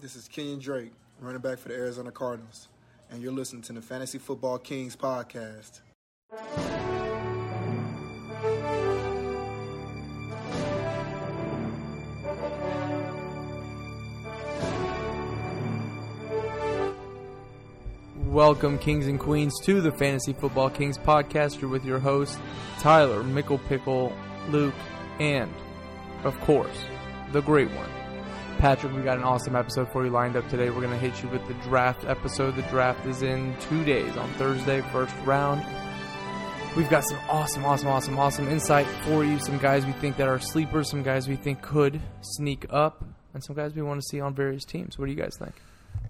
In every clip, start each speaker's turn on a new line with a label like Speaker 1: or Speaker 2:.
Speaker 1: This is Kenyon Drake, running back for the Arizona Cardinals, and you're listening to the Fantasy Football Kings podcast.
Speaker 2: Welcome, Kings and Queens, to the Fantasy Football Kings podcast. You're with your hosts, Tyler, Mickle Pickle, Luke, and, of course, the great one, Patrick. We got an awesome episode for you lined up today. We're going to hit you with the draft episode. The draft is in two days on Thursday, first round. We've got some awesome, awesome, awesome, awesome insight for you. Some guys we think that are sleepers, some guys we think could sneak up, and some guys we want to see on various teams. What do you guys think?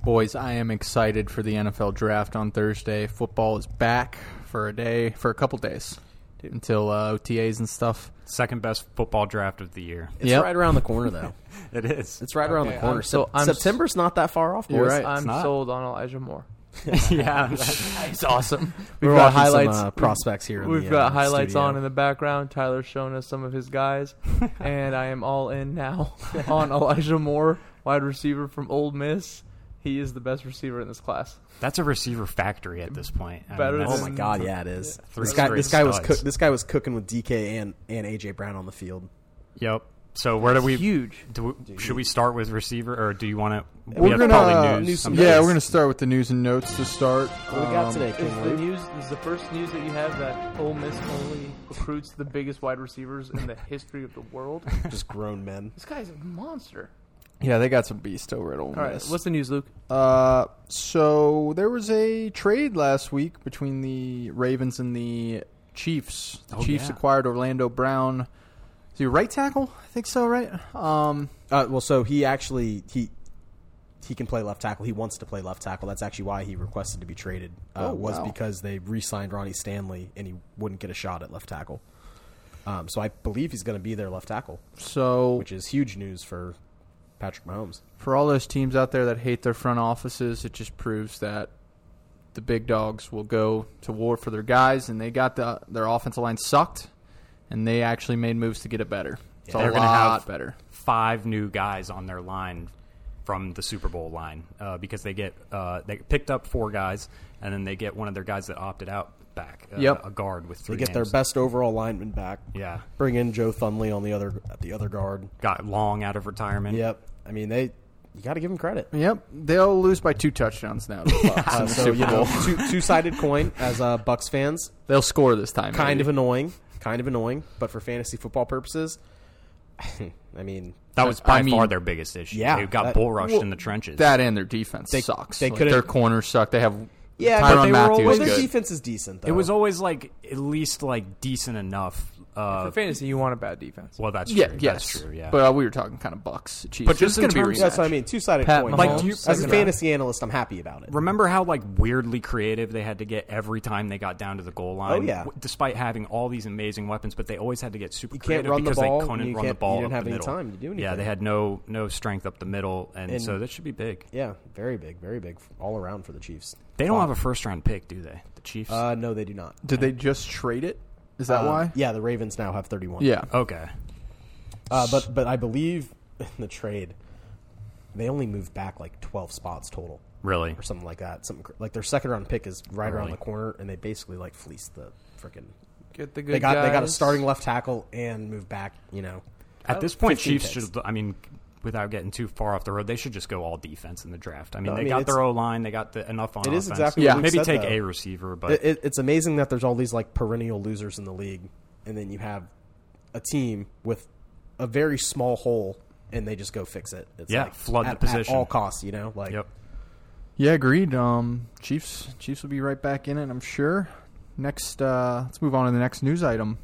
Speaker 3: Boys, I am excited for the NFL draft on Thursday. Football is back for a day, for a couple days, until uh, OTAs and stuff.
Speaker 4: Second best football draft of the year.
Speaker 5: It's
Speaker 3: Yep.
Speaker 5: right around the corner, though.
Speaker 4: It is.
Speaker 5: It's right around
Speaker 2: Okay,
Speaker 5: the corner.
Speaker 2: I'm- so
Speaker 5: Sep-
Speaker 2: I'm-
Speaker 5: September's not that far off, boys.
Speaker 3: You're right.
Speaker 2: I'm
Speaker 4: not.
Speaker 2: sold on Elijah Moore.
Speaker 4: yeah.
Speaker 2: He's awesome. We've
Speaker 5: We're
Speaker 2: got
Speaker 5: watching some,
Speaker 2: highlights.
Speaker 5: uh, prospects here. in
Speaker 2: We've
Speaker 5: the,
Speaker 2: got
Speaker 5: uh,
Speaker 2: highlights
Speaker 5: studio.
Speaker 2: on in the background. Tyler's showing us some of his guys, and I am all in now on Elijah Moore, wide receiver from Old Miss. He is the best receiver in this class.
Speaker 4: That's a receiver factory at this point. I mean,
Speaker 2: Better
Speaker 4: that's-
Speaker 5: Oh my god, yeah, it is.
Speaker 4: Three
Speaker 5: This guy,
Speaker 4: straight
Speaker 5: this guy was
Speaker 4: studs.
Speaker 5: cook, this guy was cooking with DK and, and AJ Brown on the field.
Speaker 4: Yep. So where do we?
Speaker 2: Huge.
Speaker 4: Do we should we start with receiver, or do you want to?
Speaker 3: We're
Speaker 4: We have
Speaker 3: gonna- uh,
Speaker 4: probably news.
Speaker 5: news some
Speaker 4: sometime.
Speaker 3: Yeah,
Speaker 5: notes.
Speaker 3: we're gonna start with the news and notes to start.
Speaker 5: What do we got
Speaker 3: Um,
Speaker 5: today?
Speaker 2: Is
Speaker 5: King
Speaker 2: the
Speaker 5: Luke?
Speaker 2: news is the first news that you have that Ole Miss only recruits the biggest wide receivers in the history of the world?
Speaker 5: Just grown men.
Speaker 2: This guy's a monster.
Speaker 3: Yeah, they got some beast over at Ole
Speaker 2: All right,
Speaker 3: Miss.
Speaker 2: what's the news, Luke?
Speaker 3: uh, so there was a trade last week between the Ravens and the Chiefs. The
Speaker 4: Oh,
Speaker 3: Chiefs
Speaker 4: yeah.
Speaker 3: acquired Orlando Brown. Is he a right tackle? I think so, right? Um,
Speaker 5: Uh, well, so he actually he he can play left tackle. He wants to play left tackle. That's actually why he requested to be traded. Uh,
Speaker 3: Oh,
Speaker 5: was
Speaker 3: wow.
Speaker 5: because they re-signed Ronnie Stanley and he wouldn't get a shot at left tackle. Um, so I believe he's going to be their left tackle,
Speaker 3: so
Speaker 5: which is huge news for Patrick Mahomes.
Speaker 3: for all those teams out there that hate their front offices, it just proves that the big dogs will go to war for their guys, and they got the their offensive line sucked, and they actually made moves to get it better. It's
Speaker 4: They're
Speaker 3: a
Speaker 4: gonna
Speaker 3: lot
Speaker 4: have-
Speaker 3: better.
Speaker 4: five new guys on their line from the Super Bowl line uh, because they get uh, they picked up four guys, and then they get one of their guys that opted out back. Uh,
Speaker 3: Yep.
Speaker 4: A guard with
Speaker 5: They
Speaker 4: three.
Speaker 5: get their
Speaker 4: names.
Speaker 5: best overall lineman back.
Speaker 4: Yeah.
Speaker 5: Bring in Joe Thunley on the other at the other guard.
Speaker 4: Got long out of retirement.
Speaker 5: Yep. I mean they you got to give him credit.
Speaker 3: Yep, they'll lose by two touchdowns now. To the Bucks in
Speaker 5: Uh,
Speaker 3: the
Speaker 5: so
Speaker 3: Super
Speaker 5: you know,
Speaker 3: Bowl.
Speaker 5: two, two-sided coin as uh, Bucks fans.
Speaker 3: They'll score this time.
Speaker 5: kind of
Speaker 3: maybe.
Speaker 5: annoying, kind of annoying, but for fantasy football purposes, I mean,
Speaker 4: That was by
Speaker 3: I mean-
Speaker 4: far their biggest issue.
Speaker 5: Yeah,
Speaker 4: They got
Speaker 5: that-
Speaker 4: bull rushed
Speaker 3: Well,
Speaker 4: in the trenches.
Speaker 3: that and their defense
Speaker 5: They-
Speaker 3: sucks.
Speaker 5: they
Speaker 3: Like,
Speaker 5: couldn't-
Speaker 3: their corners suck. They have
Speaker 5: yeah,
Speaker 3: Tyrann
Speaker 5: but they
Speaker 3: Matthews
Speaker 5: were always,
Speaker 3: good.
Speaker 5: their defense is decent. Though.
Speaker 4: it was always like at least like decent enough. Uh,
Speaker 2: For fantasy, you want a bad defense.
Speaker 4: well, that's
Speaker 3: yeah,
Speaker 4: true.
Speaker 3: yes,
Speaker 4: That's true. Yeah.
Speaker 3: But uh, we were talking kind of Bucks. Chiefs.
Speaker 4: But
Speaker 3: It's
Speaker 4: just in
Speaker 3: gonna be
Speaker 4: terms-
Speaker 3: rematch.
Speaker 5: that's what I mean, two-sided
Speaker 2: Pat
Speaker 5: coin.
Speaker 2: Mahomes,
Speaker 4: Like, do you-
Speaker 5: as a
Speaker 2: second round.
Speaker 5: fantasy analyst, I'm happy about it.
Speaker 4: Remember how like weirdly creative they had to get every time they got down to the goal line?
Speaker 5: Oh, yeah.
Speaker 4: w- Despite having all these amazing weapons, but they always had to get super
Speaker 5: You can't
Speaker 4: creative
Speaker 5: run the
Speaker 4: because
Speaker 5: ball,
Speaker 4: they couldn't
Speaker 5: you
Speaker 4: run the
Speaker 5: can't-
Speaker 4: ball.
Speaker 5: you didn't
Speaker 4: up
Speaker 5: have
Speaker 4: the
Speaker 5: any
Speaker 4: middle.
Speaker 5: time to do
Speaker 4: Yeah,
Speaker 5: anything.
Speaker 4: they had no no strength up the middle, and,
Speaker 5: And-
Speaker 4: so that should be big.
Speaker 5: Yeah, very big, very big, all around for the Chiefs.
Speaker 4: They don't have a first round pick, do they? The Chiefs.
Speaker 5: Uh, no, they do not.
Speaker 3: Did they just trade it? Is that
Speaker 5: Um,
Speaker 3: why?
Speaker 5: Yeah, the Ravens now have 31.
Speaker 3: Yeah.
Speaker 4: okay.
Speaker 5: uh, but but I believe in the trade, they only moved back like 12 spots total.
Speaker 4: Really?
Speaker 5: or something like that. Something cr- like their second round pick is right around
Speaker 4: Really?
Speaker 5: the corner, and they basically like fleeced the freaking.
Speaker 2: Get the good
Speaker 5: They got they got a
Speaker 2: guys.
Speaker 5: starting left tackle and moved back. You know,
Speaker 4: At this point,
Speaker 5: 15
Speaker 4: Chiefs
Speaker 5: Oh, picks.
Speaker 4: should. I mean, without getting too far off the road, they should just go all defense in the draft. I mean,
Speaker 5: No, I
Speaker 4: they
Speaker 5: mean,
Speaker 4: got
Speaker 5: it's-
Speaker 4: their O line. They got the enough on.
Speaker 5: It is
Speaker 4: offense.
Speaker 5: exactly
Speaker 3: what Yeah. Luke
Speaker 4: Maybe
Speaker 5: said,
Speaker 4: take
Speaker 5: though.
Speaker 4: a receiver, but
Speaker 5: it, it, it's amazing that there's all these like perennial losers in the league, and then you have a team with a very small hole, and they just go fix it. It's
Speaker 4: Yeah,
Speaker 5: like,
Speaker 4: flood the
Speaker 5: at,
Speaker 4: position.
Speaker 5: at all costs. You know, like
Speaker 4: yep.
Speaker 3: Yeah, agreed. Um, Chiefs, Chiefs will be right back in it, I'm sure. Next, uh, let's move on to the next news item.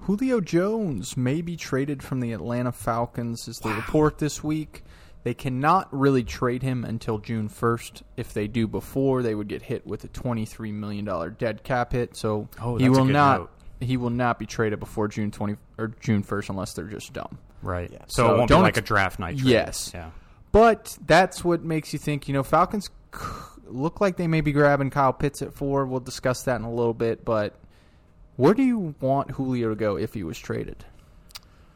Speaker 3: Julio Jones may be traded from the Atlanta Falcons, is the report this week. They cannot really trade him until June 1st. If they do before, they would get hit with a $23 million dead cap hit. So
Speaker 4: Oh,
Speaker 3: he
Speaker 4: that's a
Speaker 3: will
Speaker 4: good
Speaker 3: not
Speaker 4: note.
Speaker 3: he will not be traded before June 20 or June 1st unless they're just dumb.
Speaker 4: Right.
Speaker 5: Yeah.
Speaker 4: So,
Speaker 3: So
Speaker 4: it won't be
Speaker 3: don't
Speaker 4: like a
Speaker 3: ex-
Speaker 4: draft night. Trade.
Speaker 3: Yes.
Speaker 4: Yeah.
Speaker 3: But that's what makes you think, you know, Falcons c- look like they may be grabbing Kyle Pitts at four. We'll discuss that in a little bit. But where do you want Julio to go if he was traded?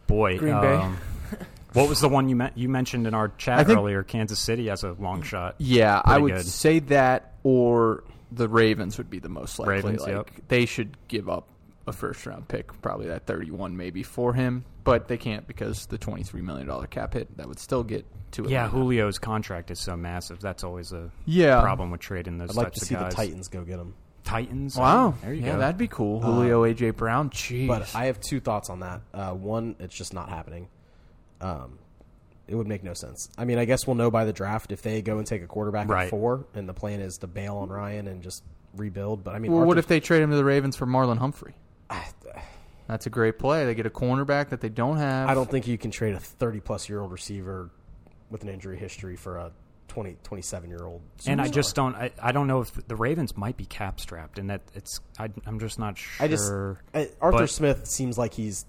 Speaker 4: Boy.
Speaker 2: Green Bay.
Speaker 4: um, What was the one you men- you mentioned in our
Speaker 3: I
Speaker 4: chat
Speaker 3: think- Mm,
Speaker 4: earlier? Kansas City as a long shot.
Speaker 2: Yeah, I
Speaker 4: Pretty
Speaker 2: would
Speaker 4: good.
Speaker 2: say that or the Ravens would be the most likely.
Speaker 4: Ravens,
Speaker 2: like
Speaker 4: yep.
Speaker 2: they should give up a first round pick, probably that thirty one maybe for him, but they can't because the twenty three million dollar cap hit that would still get to
Speaker 4: Yeah,
Speaker 2: Atlanta.
Speaker 4: Julio's contract is so massive. That's always a
Speaker 2: Yeah.
Speaker 4: problem with trading those
Speaker 5: I'd like
Speaker 4: types
Speaker 5: to see
Speaker 4: of
Speaker 5: the
Speaker 4: guys.
Speaker 5: Titans go get him.
Speaker 4: Titans.
Speaker 2: Wow.
Speaker 4: There you
Speaker 2: yeah,
Speaker 4: go.
Speaker 2: that'd be cool.
Speaker 3: Uh,
Speaker 2: Julio AJ Brown. Jeez.
Speaker 5: But I have two thoughts on that. Uh, one, it's just not happening. Um, it would make no sense. I mean, I guess we'll know by the draft if they go and take a quarterback at
Speaker 4: Right.
Speaker 5: four, and the plan is to bail on Ryan and just rebuild. But I mean,
Speaker 2: well, what
Speaker 5: Arthur-
Speaker 2: if they trade him to the Ravens for Marlon Humphrey?
Speaker 5: I,
Speaker 2: That's a great play. They get a cornerback that they don't have.
Speaker 5: I don't think you can trade a thirty-plus-year-old receiver with an injury history for a 20, 27-year-old.
Speaker 4: and I
Speaker 5: superstar.
Speaker 4: just don't. I, I don't know if the Ravens might be cap strapped, and that it's. I, I'm just not sure.
Speaker 5: I just I, Arthur
Speaker 4: But-
Speaker 5: Smith seems like he's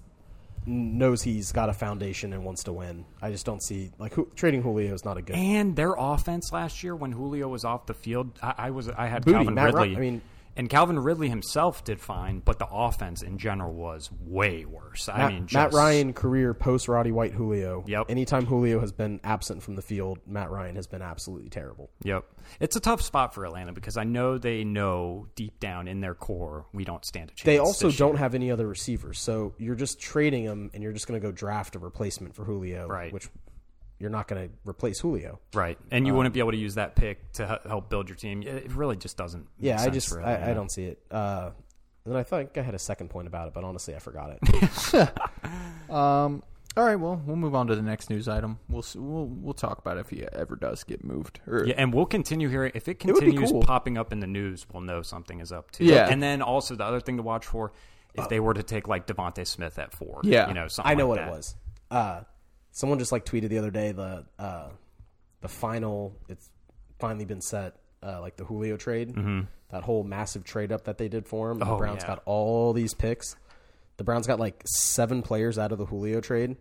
Speaker 5: knows he's got a foundation and wants to win. I just don't see like who, trading Julio is not a good.
Speaker 4: and their offense last year when Julio was off the field, I, I was. I had
Speaker 5: Booty,
Speaker 4: Calvin
Speaker 5: Matt Ru-
Speaker 4: Ridley.
Speaker 5: I mean-
Speaker 4: and Calvin Ridley himself did fine, but the offense in general was way worse. I
Speaker 5: Matt,
Speaker 4: mean, just,
Speaker 5: Matt Ryan career post Roddy White Julio.
Speaker 4: Yep.
Speaker 5: Anytime Julio has been absent from the field, Matt Ryan has been absolutely terrible.
Speaker 4: Yep. It's a tough spot for Atlanta because I know they know deep down in their core we don't stand a chance.
Speaker 5: They also
Speaker 4: this
Speaker 5: don't
Speaker 4: year.
Speaker 5: have any other receivers, so you're just trading him, and you're just going to go draft a replacement for Julio,
Speaker 4: Right.
Speaker 5: Which you're not going to replace Julio.
Speaker 4: right, and you
Speaker 5: Uh,
Speaker 4: wouldn't be able to use that pick to he- help build your team. It it really just doesn't. make
Speaker 5: Yeah, I
Speaker 4: sense
Speaker 5: just
Speaker 4: for
Speaker 5: I, I
Speaker 4: Atlanta.
Speaker 5: don't see it. Uh, and then I think I had a second point about it, but honestly, I forgot it.
Speaker 2: Um. All right. Well, we'll move on to the next news item. We'll s- we'll we'll talk about if he ever does get moved. Or,
Speaker 4: Yeah, and we'll continue here. If it
Speaker 2: would be
Speaker 4: continues
Speaker 2: cool.
Speaker 4: popping up in the news, we'll know something is up too.
Speaker 2: Yeah.
Speaker 4: and then also the other thing to watch for if they were to take like Devonte Smith at four.
Speaker 2: Yeah.
Speaker 4: you know, something
Speaker 5: I know
Speaker 4: like
Speaker 5: what
Speaker 4: that.
Speaker 5: it was. Uh, someone just like tweeted the other day the uh, the final. It's finally been set. Uh, like the Julio trade, that whole massive trade up that they did for him. The
Speaker 4: Mm-hmm. Oh,
Speaker 5: Browns
Speaker 4: yeah.
Speaker 5: got all these picks. The Browns got like seven players out of the Julio trade,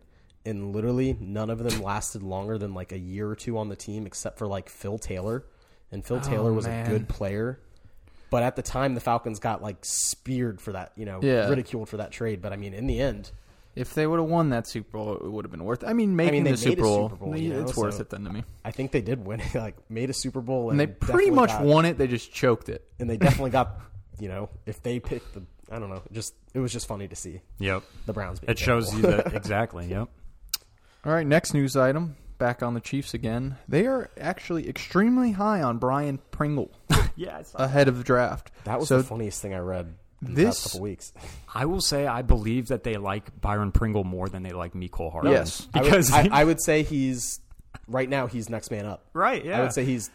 Speaker 5: and literally none of them lasted longer than like a year or two on the team, except for like Phil Taylor. And Phil
Speaker 4: Oh,
Speaker 5: Taylor was
Speaker 2: man.
Speaker 5: a good player, but at the time the Falcons got like speared for that, you know,
Speaker 2: Yeah.
Speaker 5: ridiculed for that trade. But I mean, in the end,
Speaker 2: If they would have won that Super Bowl, it would have been worth. I mean, making
Speaker 5: they
Speaker 2: the
Speaker 5: made
Speaker 2: Super
Speaker 5: a
Speaker 2: Bowl,
Speaker 5: Super Bowl, you know,
Speaker 2: it's worth
Speaker 5: so-
Speaker 2: it then to me.
Speaker 5: I think they did win. it, like made a Super Bowl,
Speaker 2: And
Speaker 5: and,
Speaker 2: they pretty
Speaker 5: definitely
Speaker 2: much
Speaker 5: got-
Speaker 2: won it. They just choked it.
Speaker 5: And they definitely got, you know, if they picked the, I don't know, just it was just funny to see
Speaker 4: Yep,
Speaker 5: the Browns. Being
Speaker 4: it shows you that exactly. Yep.
Speaker 3: All right, next news item. Back on the Chiefs again. They are actually extremely high on Brian Pringle
Speaker 4: Yes.
Speaker 3: ahead of the draft.
Speaker 5: that was
Speaker 3: so
Speaker 5: the funniest thing I read. In the
Speaker 3: this-
Speaker 5: past couple weeks,
Speaker 4: I will say I believe that they like Byron Pringle more than they like Miko Hardman.
Speaker 2: Yes.
Speaker 5: I would-
Speaker 4: because
Speaker 5: I, I would say he's right now he's next man up.
Speaker 4: Right, yeah.
Speaker 5: I would say he's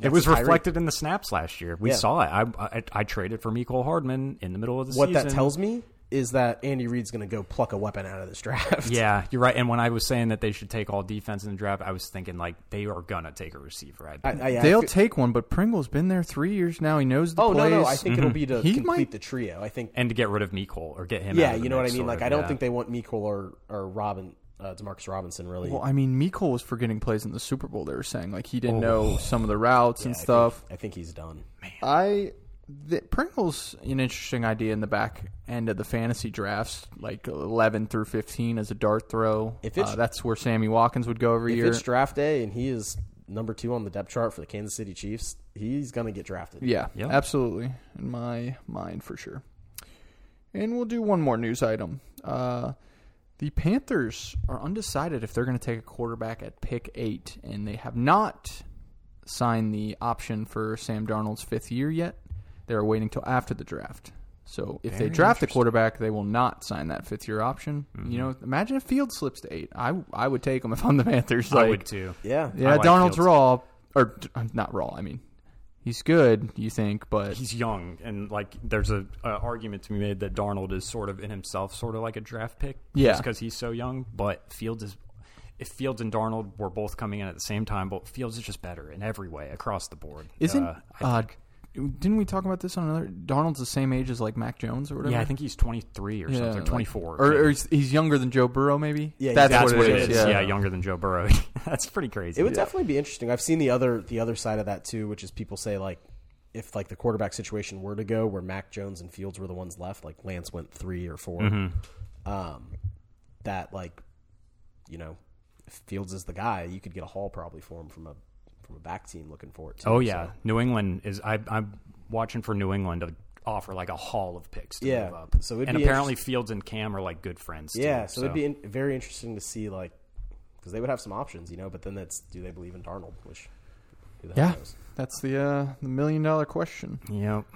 Speaker 4: it was
Speaker 5: Tyreek.
Speaker 4: reflected in the snaps last year. We
Speaker 5: Yeah.
Speaker 4: saw it. I, I I traded for Miko Hardman in the middle of the
Speaker 5: what
Speaker 4: season.
Speaker 5: that tells me is that Andy Reid's going to go pluck a weapon out of this draft.
Speaker 4: Yeah, you're right. And when I was saying that they should take all defense in the draft, I was thinking like they are gonna take a receiver. I
Speaker 5: I,
Speaker 4: bet.
Speaker 5: I- I
Speaker 3: They'll
Speaker 5: feel-
Speaker 3: take one, but Pringle's been there three years now. He knows the
Speaker 5: oh
Speaker 3: plays.
Speaker 5: no, no, I think it'll be to
Speaker 3: He
Speaker 5: complete
Speaker 3: might-
Speaker 5: the trio. I think
Speaker 4: and to get rid of Miko or get him.
Speaker 5: Yeah,
Speaker 4: out of the
Speaker 5: you know what I
Speaker 4: mix,
Speaker 5: mean.
Speaker 4: sort
Speaker 5: Like,
Speaker 4: of,
Speaker 5: I don't
Speaker 4: yeah.
Speaker 5: think they want Mecole or or Robin, uh, Demarcus Robinson really.
Speaker 3: Well, I mean, Miko was forgetting plays in the Super Bowl. They were saying like he didn't know some of the routes and
Speaker 5: Oh. I think-
Speaker 3: stuff.
Speaker 5: I think he's done.
Speaker 3: I the, Pringle's an interesting idea in the back end of the fantasy drafts, like eleven through fifteen as a dart throw.
Speaker 5: If it's-
Speaker 3: Uh, that's where Sammy Watkins would go every
Speaker 5: If
Speaker 3: year.
Speaker 5: it's draft day and he is number two on the depth chart for the Kansas City Chiefs, he's gonna get drafted.
Speaker 3: Yeah,
Speaker 4: Yeah.
Speaker 3: absolutely. In my mind, for sure. And we'll do one more news item. Uh, the Panthers are undecided if they're going to take a quarterback at pick eight, and they have not signed the option for Sam Darnold's fifth year yet. They're waiting till after the draft. So if they draft a quarterback, they will not sign that fifth year option.
Speaker 4: Mm-hmm.
Speaker 3: You know, imagine if Field slips to eight. I I would take him if I'm the Panthers.
Speaker 4: I
Speaker 3: Like,
Speaker 4: would too.
Speaker 5: Yeah,
Speaker 3: Yeah,
Speaker 4: I like
Speaker 3: Darnold's
Speaker 4: Fields.
Speaker 3: raw, or uh, not raw. I mean, he's good. You think, but
Speaker 4: He's young, and like there's a, a argument to be made that Darnold is sort of in himself, sort of like a draft pick,
Speaker 3: Yeah.
Speaker 4: because he's so young. But Fields is, if Fields and Darnold were both coming in at the same time, but Fields is just better in every way across the board.
Speaker 3: isn't?
Speaker 4: Uh, I
Speaker 3: uh,
Speaker 4: think-
Speaker 3: didn't we talk about this on another? Darnold's the same age as like Mac Jones or whatever.
Speaker 4: yeah, I think he's 23 or
Speaker 3: Yeah,
Speaker 4: something,
Speaker 3: like-
Speaker 4: 24,
Speaker 3: or, or
Speaker 4: maybe.
Speaker 3: he's, he's younger than Joe Burrow, maybe.
Speaker 5: Yeah,
Speaker 3: that's,
Speaker 4: That's
Speaker 3: what, it is. Yeah.
Speaker 4: Yeah. younger than Joe Burrow. That's pretty crazy.
Speaker 5: it would definitely be interesting. I've seen the other the other side of that too, which is people say like. If like the quarterback situation were to go where Mac Jones and Fields were the ones left, like Lance went three or 4 um, that like you know, if Fields is the guy, you could get a haul probably for him from a from a back team looking for it. Too,
Speaker 4: Oh yeah,
Speaker 5: So,
Speaker 4: New England is. I, I'm watching for New England to offer like a haul of picks to
Speaker 5: Yeah,
Speaker 4: move up.
Speaker 5: so it'd
Speaker 4: and
Speaker 5: be
Speaker 4: apparently Fields and Cam are like good friends. too,
Speaker 5: yeah. So, it'd be in, very interesting to see like because they would have some options, you know. But then that's do they believe in Darnold? Which who the
Speaker 3: Yeah,
Speaker 5: hell knows?
Speaker 3: that's the uh, the million dollar question.
Speaker 4: Yep.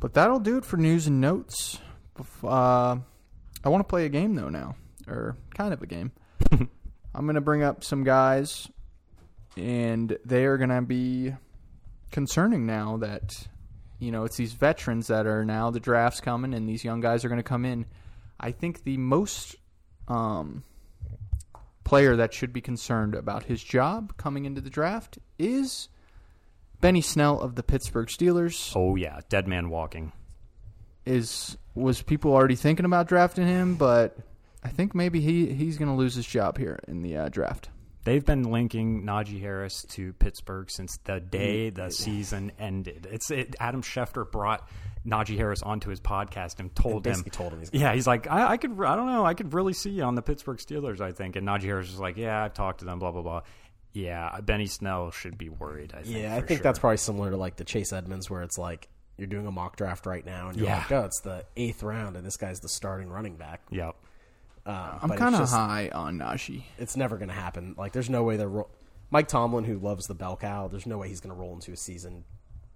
Speaker 3: But that'll do it for news and notes. Bef- Uh, I want to play a game though now, or kind of a game. I'm gonna bring up some guys, and they are gonna be concerning now that you know it's these veterans that are now the drafts coming, and these young guys are gonna come in. I think the most um, player that should be concerned about his job coming into the draft is Benny Snell of the Pittsburgh Steelers
Speaker 4: Oh yeah, dead man walking.
Speaker 3: is was people already thinking about drafting him, but I think maybe he he's going to lose his job here in the uh, draft.
Speaker 4: They've been linking Najee Harris to Pittsburgh since the
Speaker 5: Mm,
Speaker 4: day the season ended. It's it, Adam Schefter brought Najee Harris onto his podcast and told him.
Speaker 5: basically told him he's
Speaker 4: yeah, he's like, I, I could, I don't know, I could really see you on the Pittsburgh Steelers. I think, and Najee Harris was like, Yeah, I've talked to them. Blah blah blah. Yeah, Benny Snell should be worried. I think,
Speaker 5: Yeah, I
Speaker 4: for
Speaker 5: think
Speaker 4: sure.
Speaker 5: that's probably similar to like the Chase Edmonds, where it's like you're doing a mock draft right now, and you're
Speaker 4: Yeah.
Speaker 5: like, oh, it's the eighth round, and this guy's the starting running back.
Speaker 4: Yep.
Speaker 5: Uh,
Speaker 3: I'm
Speaker 5: but it's
Speaker 3: kind of
Speaker 5: just-
Speaker 3: high on Najee.
Speaker 5: It's never going to happen. Like, there's no way they're ro- Mike Tomlin, who loves the bell cow. There's no way he's going to roll into a season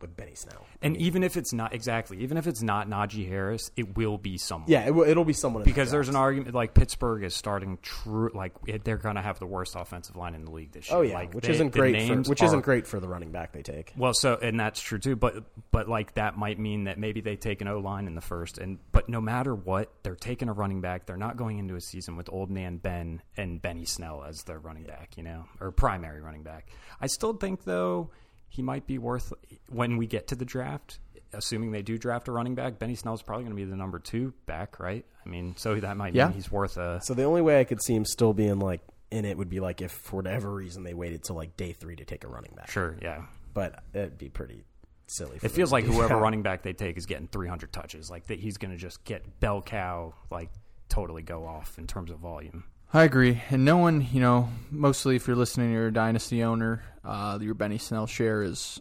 Speaker 5: with Benny Snell.
Speaker 4: And even if it's not exactly, even if it's not Najee Harris, it will be someone.
Speaker 5: Yeah, it will, it'll be someone in the
Speaker 4: Because there's an
Speaker 5: draft.
Speaker 4: argument like Pittsburgh is starting true like it- they're going to have the worst offensive line in the league this year.
Speaker 5: oh yeah,
Speaker 4: like,
Speaker 5: which
Speaker 4: they-
Speaker 5: isn't
Speaker 4: the
Speaker 5: great.
Speaker 4: names
Speaker 5: For, which
Speaker 4: are-
Speaker 5: isn't great for the running back they take.
Speaker 4: Well, so and that's true too. But but like that might mean that maybe they take an O line in the first. And but no matter what, they're taking a running back. They're not going into a season with old man Ben and Benny Snell as their running back, you know, or primary running back. I still think though he might be worth when we get to the draft. Assuming they do draft a running back, Benny Snell's probably going to be the number two back, right? I mean, so that might
Speaker 3: Yeah.
Speaker 4: mean he's worth a.
Speaker 5: So the only way I could see him still being like in it would be like if for whatever reason they waited till like day three to take a running back.
Speaker 4: Sure, yeah.
Speaker 5: But it'd be pretty silly. For
Speaker 4: It
Speaker 5: them
Speaker 4: feels
Speaker 5: to
Speaker 4: like
Speaker 5: do
Speaker 4: whoever
Speaker 5: that.
Speaker 4: running back they take is getting 300 touches. Like that, he's going to just get bell cow, like totally go off in terms of volume.
Speaker 3: I agree, and no one, you know, mostly if you're listening, you're a dynasty owner. Uh, your Benny Snell share is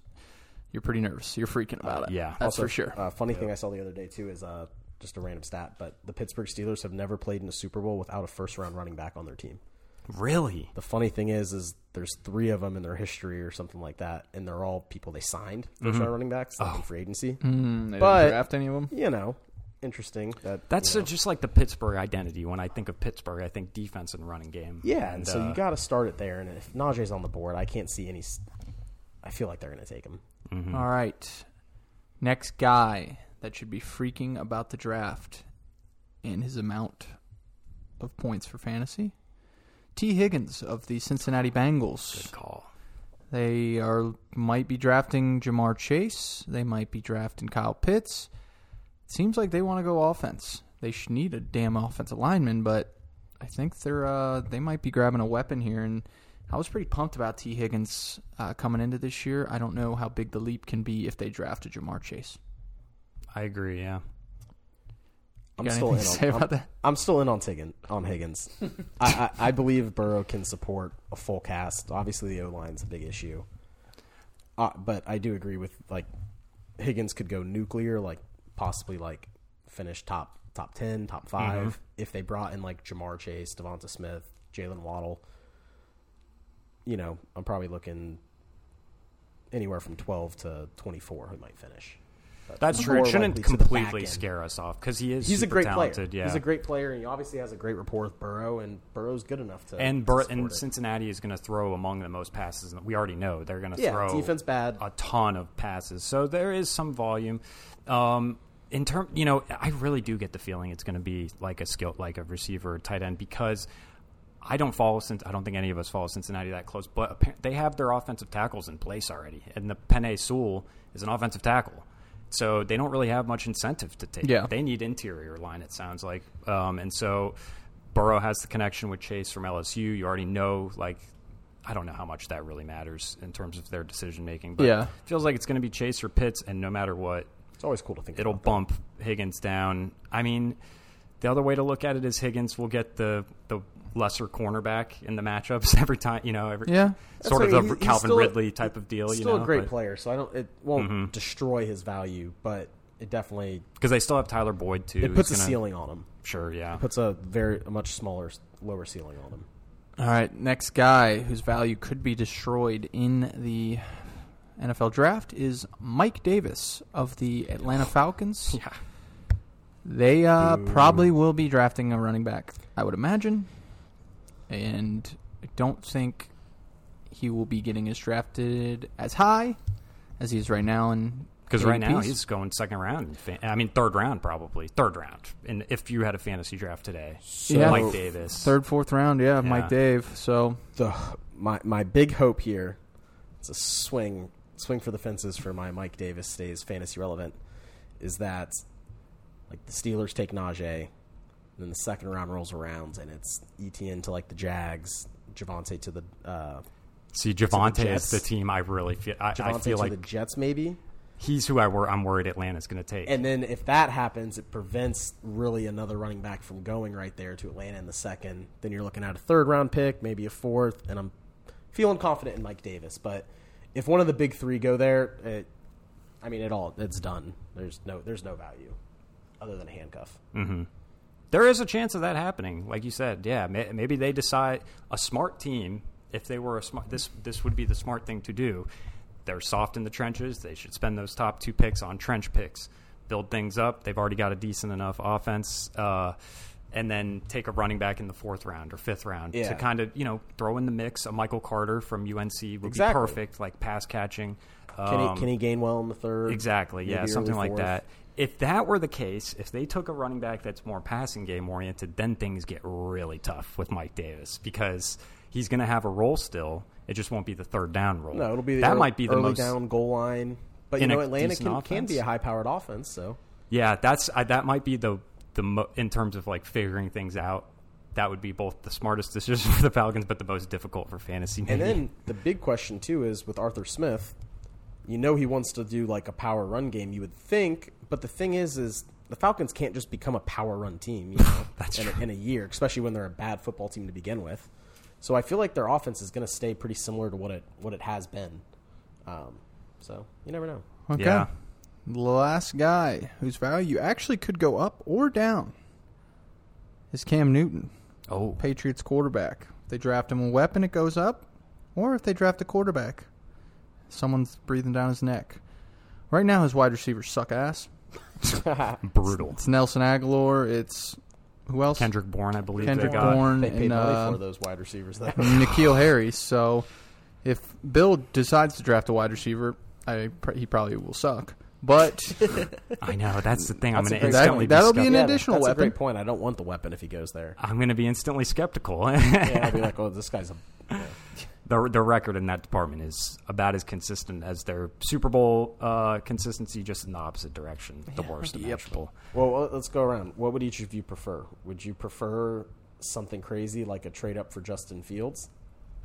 Speaker 3: you're pretty nervous. You're freaking about it.
Speaker 4: yeah.
Speaker 3: that's for sure.
Speaker 5: Uh, funny thing I saw the other day too is uh, just a random stat, but the Pittsburgh Steelers have never played in a Super Bowl without a first round running back on their team.
Speaker 4: Really?
Speaker 5: The funny thing is, is there's three of them in their history or something like that, and they're all people they signed 1st
Speaker 4: Mm-hmm.
Speaker 5: round running backs
Speaker 4: Oh.
Speaker 5: like in free agency.
Speaker 3: Mm, they
Speaker 5: but-
Speaker 3: didn't draft any of them.
Speaker 5: You know, interesting. That
Speaker 4: That's uh,
Speaker 5: you know.
Speaker 4: just like the Pittsburgh identity. When I think of Pittsburgh, I think defense and running game.
Speaker 5: yeah, and so
Speaker 4: uh,
Speaker 5: you got to start it there. And if Najee's on the board, I can't see any. s- I feel like they're going to take him.
Speaker 3: All right. Next guy that should be freaking about the draft and his amount of points for fantasy. T. Higgins of the Cincinnati Bengals.
Speaker 4: good call.
Speaker 3: They are might be drafting Jamar Chase. They might be drafting Kyle Pitts. It seems like they want to go offense. They should need a damn offensive lineman, but I think they're uh, they might be grabbing a weapon here. And I was pretty pumped about T. Higgins uh, coming into this year. I don't know how big the leap can be if they draft a Jamar Chase.
Speaker 4: I agree. Yeah.
Speaker 3: You
Speaker 5: I'm
Speaker 3: got
Speaker 5: still in.
Speaker 3: anything to say
Speaker 5: On,
Speaker 3: about
Speaker 5: I'm,
Speaker 3: that?
Speaker 5: I'm still in on Higgins. On Higgins, I, I, I believe Burrow can support a full cast. Obviously, the O line's a big issue, uh, but I do agree with like Higgins could go nuclear, like possibly like finish top top ten, top
Speaker 4: Mm-hmm.
Speaker 5: 5 if they brought in like Jamar Chase, Devonta Smith, Jalen Waddle. You know, I'm probably looking anywhere from 12 to 24 who might finish. But
Speaker 4: That's
Speaker 5: more
Speaker 4: true. It shouldn't
Speaker 5: likely to the back
Speaker 4: completely
Speaker 5: end
Speaker 4: scare us off because he is
Speaker 5: he's a
Speaker 4: super
Speaker 5: great
Speaker 4: talented.
Speaker 5: player.
Speaker 4: Yeah.
Speaker 5: He's a great player, and he obviously has a great rapport with Burrow, and Burrow's good enough to
Speaker 4: and
Speaker 5: to
Speaker 4: Bur-
Speaker 5: support
Speaker 4: and
Speaker 5: it.
Speaker 4: Cincinnati is going to throw among the most passes. We already know they're going to
Speaker 5: yeah,
Speaker 4: throw
Speaker 5: defense bad.
Speaker 4: a ton of passes. So there is some volume. Um, in term, you know, I really do get the feeling it's going to be like a skill, like a receiver, or tight end, because I don't follow since I don't think any of us follow Cincinnati that close, but appar- they have their offensive tackles in place already, and the Pene Sewell is an offensive tackle. So they don't really have much incentive to take.
Speaker 3: Yeah.
Speaker 4: They need interior line, it sounds like. Um, and so Burrow has the connection with Chase from LSU. You already know, like, I don't know how much that really matters in terms of their decision making, but
Speaker 3: Yeah.
Speaker 4: feels like it's going to be Chase or Pitts, and no matter what,
Speaker 5: It's always cool to think
Speaker 4: it'll
Speaker 5: about
Speaker 4: bump
Speaker 5: that.
Speaker 4: Higgins down. I mean, The other way to look at it is Higgins will get the the lesser cornerback in the matchups every time. You know, every
Speaker 3: Yeah.
Speaker 5: That's
Speaker 4: sort
Speaker 5: what
Speaker 4: of
Speaker 5: I
Speaker 4: the
Speaker 5: mean. He's- he's
Speaker 4: Calvin
Speaker 5: still-
Speaker 4: Ridley type of deal.
Speaker 5: Still
Speaker 4: you know,
Speaker 5: a great
Speaker 4: but- Mm-hmm.
Speaker 5: player, so I don't. It won't destroy his value, but it definitely
Speaker 4: because they still have Tyler Boyd too.
Speaker 5: it puts a
Speaker 4: who's gonna-
Speaker 5: ceiling on him.
Speaker 4: Sure, yeah.
Speaker 5: Puts a very a much smaller, lower ceiling on him.
Speaker 3: All right, next guy whose value could be destroyed in the NFL draft is Mike Davis of the Atlanta Falcons.
Speaker 4: Yeah.
Speaker 3: They uh, probably will be drafting a running back, I would imagine. And I don't think he will be getting as drafted as high as he is right now.
Speaker 4: Because right now he's going second round. in fan- I mean, third round probably. Third round. And if you had a fantasy draft today,
Speaker 3: Yeah.
Speaker 4: Mike Davis.
Speaker 3: third, fourth round, yeah, Mike
Speaker 4: uh, Yeah.
Speaker 3: Dave. So
Speaker 5: The my my big hope here, it's a swing swing for the fences for my Mike Davis stays fantasy relevant, is that like the Steelers take Najee, then the second round rolls around and it's ETN to like the Jags, Javante to the uh,
Speaker 4: See, Javante
Speaker 5: Jets.
Speaker 4: is the team I really feel. I, I
Speaker 5: Javante to
Speaker 4: feel like
Speaker 5: the Jets maybe.
Speaker 4: he's who I were. I'm worried Atlanta's going to take.
Speaker 5: And then if that happens, it prevents really another running back from going right there to Atlanta in the second. Then you're looking at a third round pick, maybe a fourth, and I'm feeling confident in Mike Davis. But if one of the big three go there, it, I mean, it all it's done. There's no there's no value other than a handcuff.
Speaker 4: there is a chance of that happening, like you said. Yeah, may, maybe they decide a smart team. If they were a smart, this this would be the smart thing to do. They're soft in the trenches. They should spend those top two picks on trench picks, build things up. They've already got a decent enough offense, uh, and then take a running back in the fourth round or fifth round
Speaker 5: Yeah.
Speaker 4: to kind of you know throw in the mix. A Michael Carter from UNC would
Speaker 5: Exactly.
Speaker 4: be perfect, like pass catching.
Speaker 5: Can
Speaker 4: Um,
Speaker 5: he can he gain well in the third?
Speaker 4: Exactly. Yeah,
Speaker 5: Maybe
Speaker 4: something
Speaker 5: early
Speaker 4: like
Speaker 5: fourth?
Speaker 4: that. If that were the case, if they took a running back that's more passing game oriented, then things get really tough with Mike Davis because he's going to have a role still. It just won't be the third down role.
Speaker 5: No, it'll be the
Speaker 4: that
Speaker 5: early,
Speaker 4: might be the
Speaker 5: early
Speaker 4: most.
Speaker 5: down goal line. But you
Speaker 4: in a
Speaker 5: know, Atlanta
Speaker 4: decent
Speaker 5: can, can be
Speaker 4: offense.
Speaker 5: a high powered offense, so
Speaker 4: Yeah, that's I, that might be the the mo- in terms of like figuring things out. That would be both the smartest decision for the Falcons, but the most difficult for fantasy.
Speaker 5: And
Speaker 4: maybe.
Speaker 3: Mm-hmm.
Speaker 5: then the big question too is with Arthur Smith, you know he wants to do like a power run game. You would think, but the thing is, is the Falcons can't just become a power run team. You know,
Speaker 4: That's
Speaker 5: in, a,
Speaker 4: true.
Speaker 5: in a year, especially when they're a bad football team to begin with. So I feel like their offense is going to stay pretty similar to what it what it has been. Um, so you never know.
Speaker 3: okay,
Speaker 4: yeah,
Speaker 3: the last guy whose value actually could go up or down is Cam Newton.
Speaker 4: oh,
Speaker 3: Patriots quarterback. If they draft him a weapon, it goes up, or if they draft a quarterback, someone's breathing down his neck. Right now, his wide receivers suck ass.
Speaker 4: Oh, brutal.
Speaker 3: It's Nelson Aguilar. It's who else?
Speaker 4: Kendrick Bourne, I believe
Speaker 3: Kendrick
Speaker 4: they got.
Speaker 3: Bourne
Speaker 5: They paid
Speaker 3: and
Speaker 5: money
Speaker 3: uh,
Speaker 5: for those wide receivers. Though.
Speaker 3: Nikhil Harry. So, if Bill decides to draft a wide receiver, I pr- he probably will suck. But
Speaker 4: I know that's the thing. I'm
Speaker 5: That's
Speaker 4: going
Speaker 5: a
Speaker 4: to
Speaker 5: great
Speaker 4: instantly
Speaker 5: point.
Speaker 4: be
Speaker 3: That'll be an
Speaker 4: skeptical.
Speaker 5: Yeah,
Speaker 3: additional
Speaker 5: that's a
Speaker 3: weapon.
Speaker 5: great point. I don't want the weapon if he goes there.
Speaker 4: I'm going to be instantly skeptical.
Speaker 5: Yeah, I'll be like, oh, this guy's a. yeah.
Speaker 4: their their record in that department is about as consistent as their Super Bowl uh, consistency, just in the opposite direction, the worst imaginable.
Speaker 5: Well, well, let's go around. What would each of you prefer? Would you prefer something crazy like a trade up for Justin Fields?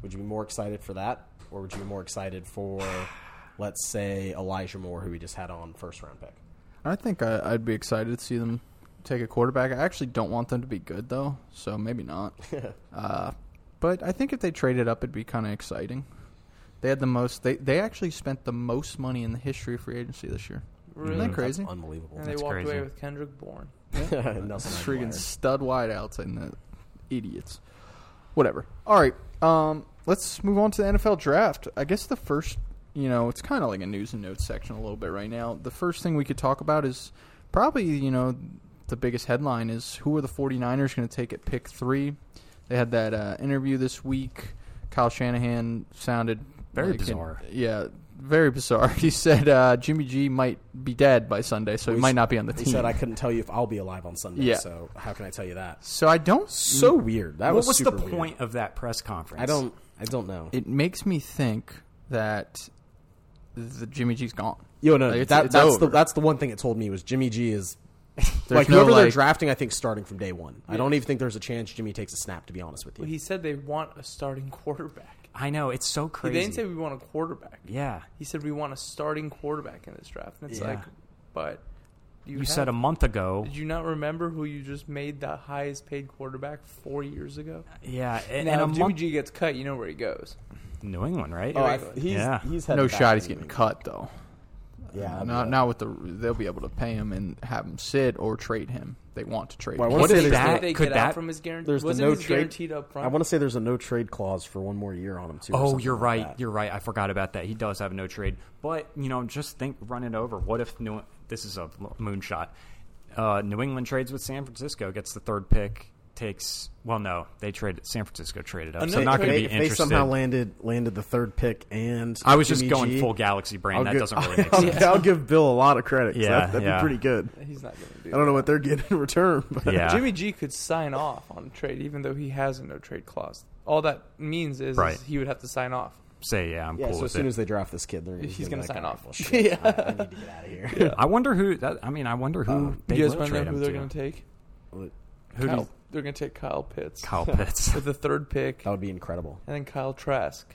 Speaker 5: Would you be more excited for that, or would you be more excited for, let's say, Elijah Moore, who we just had on first round pick?
Speaker 3: I think I, I'd be excited to see them take a quarterback. I actually don't want them to be good though, so maybe not. uh, but I think if they traded up, it'd be kind of exciting. They had the most. They they actually spent the most money in the history of free agency this year. Isn't
Speaker 2: Mm.
Speaker 3: that crazy?
Speaker 5: That's unbelievable.
Speaker 2: And they
Speaker 4: That's
Speaker 2: walked
Speaker 4: crazy.
Speaker 2: away with Kendrick Bourne.
Speaker 5: Nelson
Speaker 3: It's
Speaker 5: Aguilar.
Speaker 3: freaking stud wideouts and the idiots. Whatever. All right. Um, let's move on to the NFL draft. I guess the first, you know, it's kind of like a news and notes section a little bit right now. The first thing we could talk about is probably, you know, the biggest headline is who are the 49ers going to take at pick three? They had that uh, interview this week. Kyle Shanahan sounded
Speaker 4: Very
Speaker 3: like an-
Speaker 4: bizarre.
Speaker 3: yeah, very bizarre. He said uh, Jimmy G might be dead by Sunday, so he
Speaker 5: He
Speaker 3: might
Speaker 5: s-
Speaker 3: not be on the
Speaker 5: He
Speaker 3: team.
Speaker 5: said, "I couldn't tell you if I'll be alive on Sunday."
Speaker 3: Yeah.
Speaker 5: So how can I tell you that?
Speaker 3: so I don't
Speaker 5: So weird. That
Speaker 4: what was,
Speaker 5: was
Speaker 4: the
Speaker 5: super weird.
Speaker 4: point of that press conference?
Speaker 5: I don't. I don't know.
Speaker 3: it makes me think that the Jimmy G's gone.
Speaker 5: Yo, no,
Speaker 3: Like, it's-
Speaker 5: that,
Speaker 3: it's
Speaker 5: that's
Speaker 3: over.
Speaker 5: the that's the one thing it told me was Jimmy G is
Speaker 3: There's
Speaker 5: like
Speaker 3: no,
Speaker 5: whoever they're
Speaker 3: like-
Speaker 5: drafting. I think starting from day one. I don't even think there's a chance Jimmy takes a snap. To be honest with you,
Speaker 2: Well, he said they want a starting quarterback.
Speaker 4: I know it's so
Speaker 2: He
Speaker 4: crazy.
Speaker 2: They didn't say we want a quarterback.
Speaker 4: yeah,
Speaker 2: He said we want a starting quarterback in this draft, and it's
Speaker 4: Yeah.
Speaker 2: like, but
Speaker 4: You, said a month ago.
Speaker 2: Did you not remember who you just made the highest paid quarterback four years ago?
Speaker 4: Yeah, and,
Speaker 2: And,
Speaker 4: and
Speaker 2: now,
Speaker 4: a
Speaker 2: if Jimmy
Speaker 4: month.
Speaker 2: G gets cut, you know where he goes.
Speaker 4: New England, right?
Speaker 5: Oh, I, he's
Speaker 4: Yeah.
Speaker 5: he's headed
Speaker 3: No
Speaker 5: back
Speaker 3: shot.
Speaker 5: to
Speaker 3: He's
Speaker 5: New
Speaker 3: getting
Speaker 5: England.
Speaker 3: cut though.
Speaker 5: Yeah, I
Speaker 3: not
Speaker 5: bet.
Speaker 3: not with the. They'll be able to pay him and have him sit or trade him. They want to trade.
Speaker 5: Well,
Speaker 3: him.
Speaker 5: I wanna
Speaker 4: What
Speaker 5: say
Speaker 4: is
Speaker 5: there's
Speaker 4: that?
Speaker 2: Did they
Speaker 4: Could
Speaker 2: get
Speaker 4: that?
Speaker 2: out from his guarantee?
Speaker 5: There's the
Speaker 2: Wasn't
Speaker 5: no
Speaker 2: his
Speaker 5: trade-
Speaker 2: guaranteed up front?
Speaker 5: I want to say there's a no trade clause for one more year on him too. or
Speaker 4: oh,
Speaker 5: something
Speaker 4: you're
Speaker 5: like
Speaker 4: right.
Speaker 5: that.
Speaker 4: You're right. I forgot about that. He does have no trade, but you know, just think, run it over. What if New? This is a l- moonshot. Uh, New England trades with San Francisco, gets the third pick, takes. Well, no, they trade. San Francisco traded up. So
Speaker 2: Another
Speaker 4: I'm not
Speaker 5: If
Speaker 4: going to
Speaker 5: they,
Speaker 4: be
Speaker 5: if
Speaker 4: interested.
Speaker 5: they somehow landed landed the third pick, and
Speaker 4: I was just
Speaker 5: Jimmy
Speaker 4: going
Speaker 5: G, Oh,
Speaker 4: full Galaxy brain.
Speaker 5: I'll
Speaker 4: that
Speaker 5: gi-
Speaker 4: doesn't really make
Speaker 5: I'll,
Speaker 4: sense.
Speaker 5: I'll give Bill a lot of credit. 'cause
Speaker 4: Yeah,
Speaker 5: that, that'd
Speaker 4: yeah.
Speaker 5: be pretty good.
Speaker 2: He's not going to do.
Speaker 5: I don't know what they're getting in return, but
Speaker 4: Yeah.
Speaker 2: Jimmy G could sign off on a trade, even though he has a no trade clause. All that means is, is
Speaker 4: Right.
Speaker 2: he would have to sign off.
Speaker 4: Say yeah, I'm
Speaker 5: Yeah,
Speaker 4: cool
Speaker 5: so
Speaker 4: with
Speaker 5: as soon
Speaker 4: it.
Speaker 5: as they draft this kid, they're
Speaker 2: He's gonna
Speaker 5: going to
Speaker 2: sign off.
Speaker 5: "Oh, Well, shit,
Speaker 2: Yeah.
Speaker 5: I, I need to get out of here.
Speaker 4: I wonder who. That, I mean, I wonder who
Speaker 5: Um,
Speaker 4: they
Speaker 2: you guys
Speaker 4: will
Speaker 2: want to
Speaker 4: trade
Speaker 2: know who
Speaker 4: him
Speaker 2: they're
Speaker 4: to.
Speaker 2: going to take?
Speaker 4: Who do
Speaker 2: Kyle,
Speaker 4: you-
Speaker 2: they're going to take Kyle Pitts
Speaker 4: Kyle Pitts.
Speaker 2: with the third pick,
Speaker 5: That would be incredible.
Speaker 2: and then Kyle Trask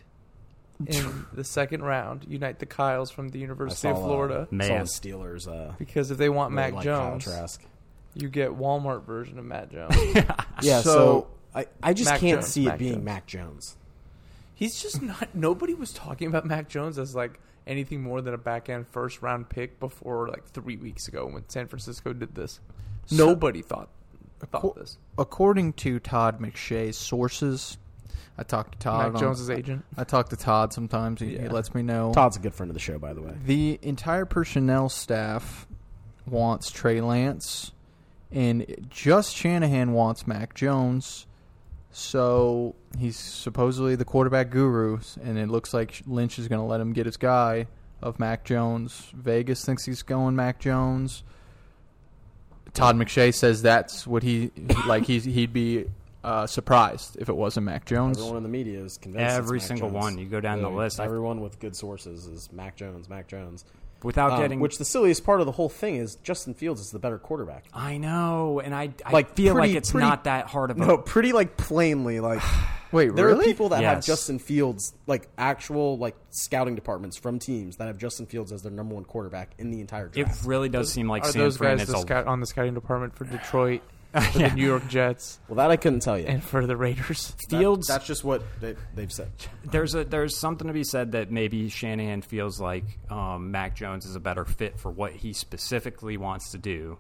Speaker 2: in the second round. Unite the Kyles from the
Speaker 5: I
Speaker 2: University of
Speaker 5: saw, uh,
Speaker 2: Florida.
Speaker 5: saw
Speaker 4: Man.
Speaker 5: the Steelers. Uh,
Speaker 2: Because if they want
Speaker 5: really
Speaker 2: Mac
Speaker 5: like Kyle
Speaker 2: Jones,
Speaker 5: Trask.
Speaker 2: you get Walmart version of Matt Jones.
Speaker 5: Yeah, so,
Speaker 3: So-
Speaker 5: I, I just
Speaker 2: Mac
Speaker 5: can't
Speaker 2: Jones,
Speaker 5: see it
Speaker 2: Mac
Speaker 5: being
Speaker 2: Jones.
Speaker 5: Mac Jones.
Speaker 2: He's just not. Nobody was talking about Mac Jones as like anything more than a back end first round pick before like three weeks ago when San Francisco did this. nobody thought thought
Speaker 3: Cool.
Speaker 2: this.
Speaker 3: According to Todd McShay's sources, I talked to Todd.
Speaker 2: Mac
Speaker 3: on-
Speaker 2: Jones's agent.
Speaker 3: I talk to Todd sometimes. He, he
Speaker 2: Yeah.
Speaker 3: lets me know.
Speaker 5: Todd's a good friend of the show, by the way.
Speaker 3: The entire personnel staff wants Trey Lance, and just Shanahan wants Mac Jones. So he's supposedly the quarterback guru, and it looks like Lynch is going to let him get his guy of Mac Jones. Vegas thinks he's going Mac Jones. Todd McShay says that's what he like. He's, he'd be uh, surprised if it wasn't Mac Jones.
Speaker 5: Everyone in the media is convinced. it's
Speaker 4: Every
Speaker 5: Mac
Speaker 4: single
Speaker 5: Jones.
Speaker 4: one. You go down the
Speaker 5: Really,
Speaker 4: list. I,
Speaker 5: Everyone with good sources is Mac Jones. Mac Jones.
Speaker 4: without
Speaker 5: Um,
Speaker 4: getting
Speaker 5: which the silliest part of the whole thing is Justin Fields is the better quarterback.
Speaker 4: I know, and I, I
Speaker 5: Like,
Speaker 4: feel
Speaker 5: pretty-
Speaker 4: like it's
Speaker 5: pretty-
Speaker 4: not that hard of a.
Speaker 5: No, pretty like plainly like
Speaker 3: Wait,
Speaker 5: there
Speaker 3: really?
Speaker 5: are people that have
Speaker 4: Yes.
Speaker 5: Justin Fields like actual like scouting departments from teams that have Justin Fields as their number one quarterback in the entire
Speaker 4: It
Speaker 5: draft.
Speaker 4: really does seem like
Speaker 2: Are
Speaker 4: San
Speaker 2: those
Speaker 4: Fran
Speaker 2: guys
Speaker 4: is
Speaker 2: the
Speaker 4: a
Speaker 2: scout on the scouting department for Detroit, for the New York Jets,
Speaker 5: well, that I couldn't tell you.
Speaker 2: and for the Raiders?
Speaker 5: That-
Speaker 4: Fields.
Speaker 5: that's just what they, they've said.
Speaker 4: there's a there's something to be said that maybe Shanahan feels like um, Mac Jones is a better fit for what he specifically wants to do,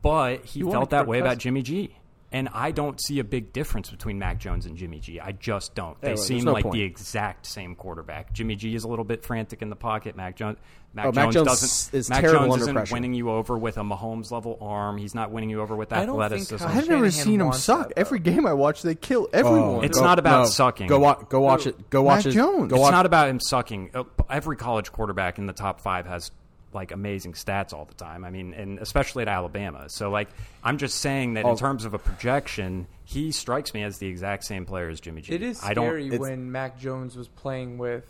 Speaker 4: but he
Speaker 2: You want
Speaker 4: felt
Speaker 2: a
Speaker 4: that
Speaker 2: third
Speaker 4: way about
Speaker 2: cousin.
Speaker 4: Jimmy G. And I don't see a big difference between Mac Jones and Jimmy G. I just don't. They
Speaker 5: well, there's
Speaker 4: seem
Speaker 5: no
Speaker 4: like
Speaker 5: point.
Speaker 4: the exact same quarterback. Jimmy G is a little bit frantic in the pocket. Mac Jones, Mac,
Speaker 5: Oh, Mac
Speaker 4: Jones,
Speaker 5: Jones
Speaker 4: doesn't.
Speaker 5: is
Speaker 4: Mac
Speaker 5: terrible
Speaker 4: Jones
Speaker 5: under
Speaker 4: isn't
Speaker 5: pressure.
Speaker 4: winning you over with a Mahomes level arm. He's not winning you over with
Speaker 2: I don't think
Speaker 4: athleticism.
Speaker 2: Kyle
Speaker 3: I've
Speaker 2: Shanahan
Speaker 3: never seen him
Speaker 2: wants
Speaker 3: suck.
Speaker 2: that, though.
Speaker 3: Every game I watch, they kill everyone.
Speaker 4: Oh,
Speaker 5: Oh,
Speaker 4: It's not about sucking.
Speaker 5: Go watch. Go watch
Speaker 2: Who?
Speaker 5: it. Go watch
Speaker 3: Mac
Speaker 5: it.
Speaker 3: Jones.
Speaker 5: Go
Speaker 3: It's
Speaker 5: watch.
Speaker 4: it's not about him sucking. Uh, Every college quarterback in the top five has like amazing stats all the time. I mean, and especially at Alabama. So like, I'm just saying that
Speaker 5: Oh.
Speaker 4: in terms of a projection, he strikes me as the exact same player as Jimmy G.
Speaker 2: It is
Speaker 4: I don't.
Speaker 2: scary
Speaker 5: it's-
Speaker 2: when Mac Jones was playing with,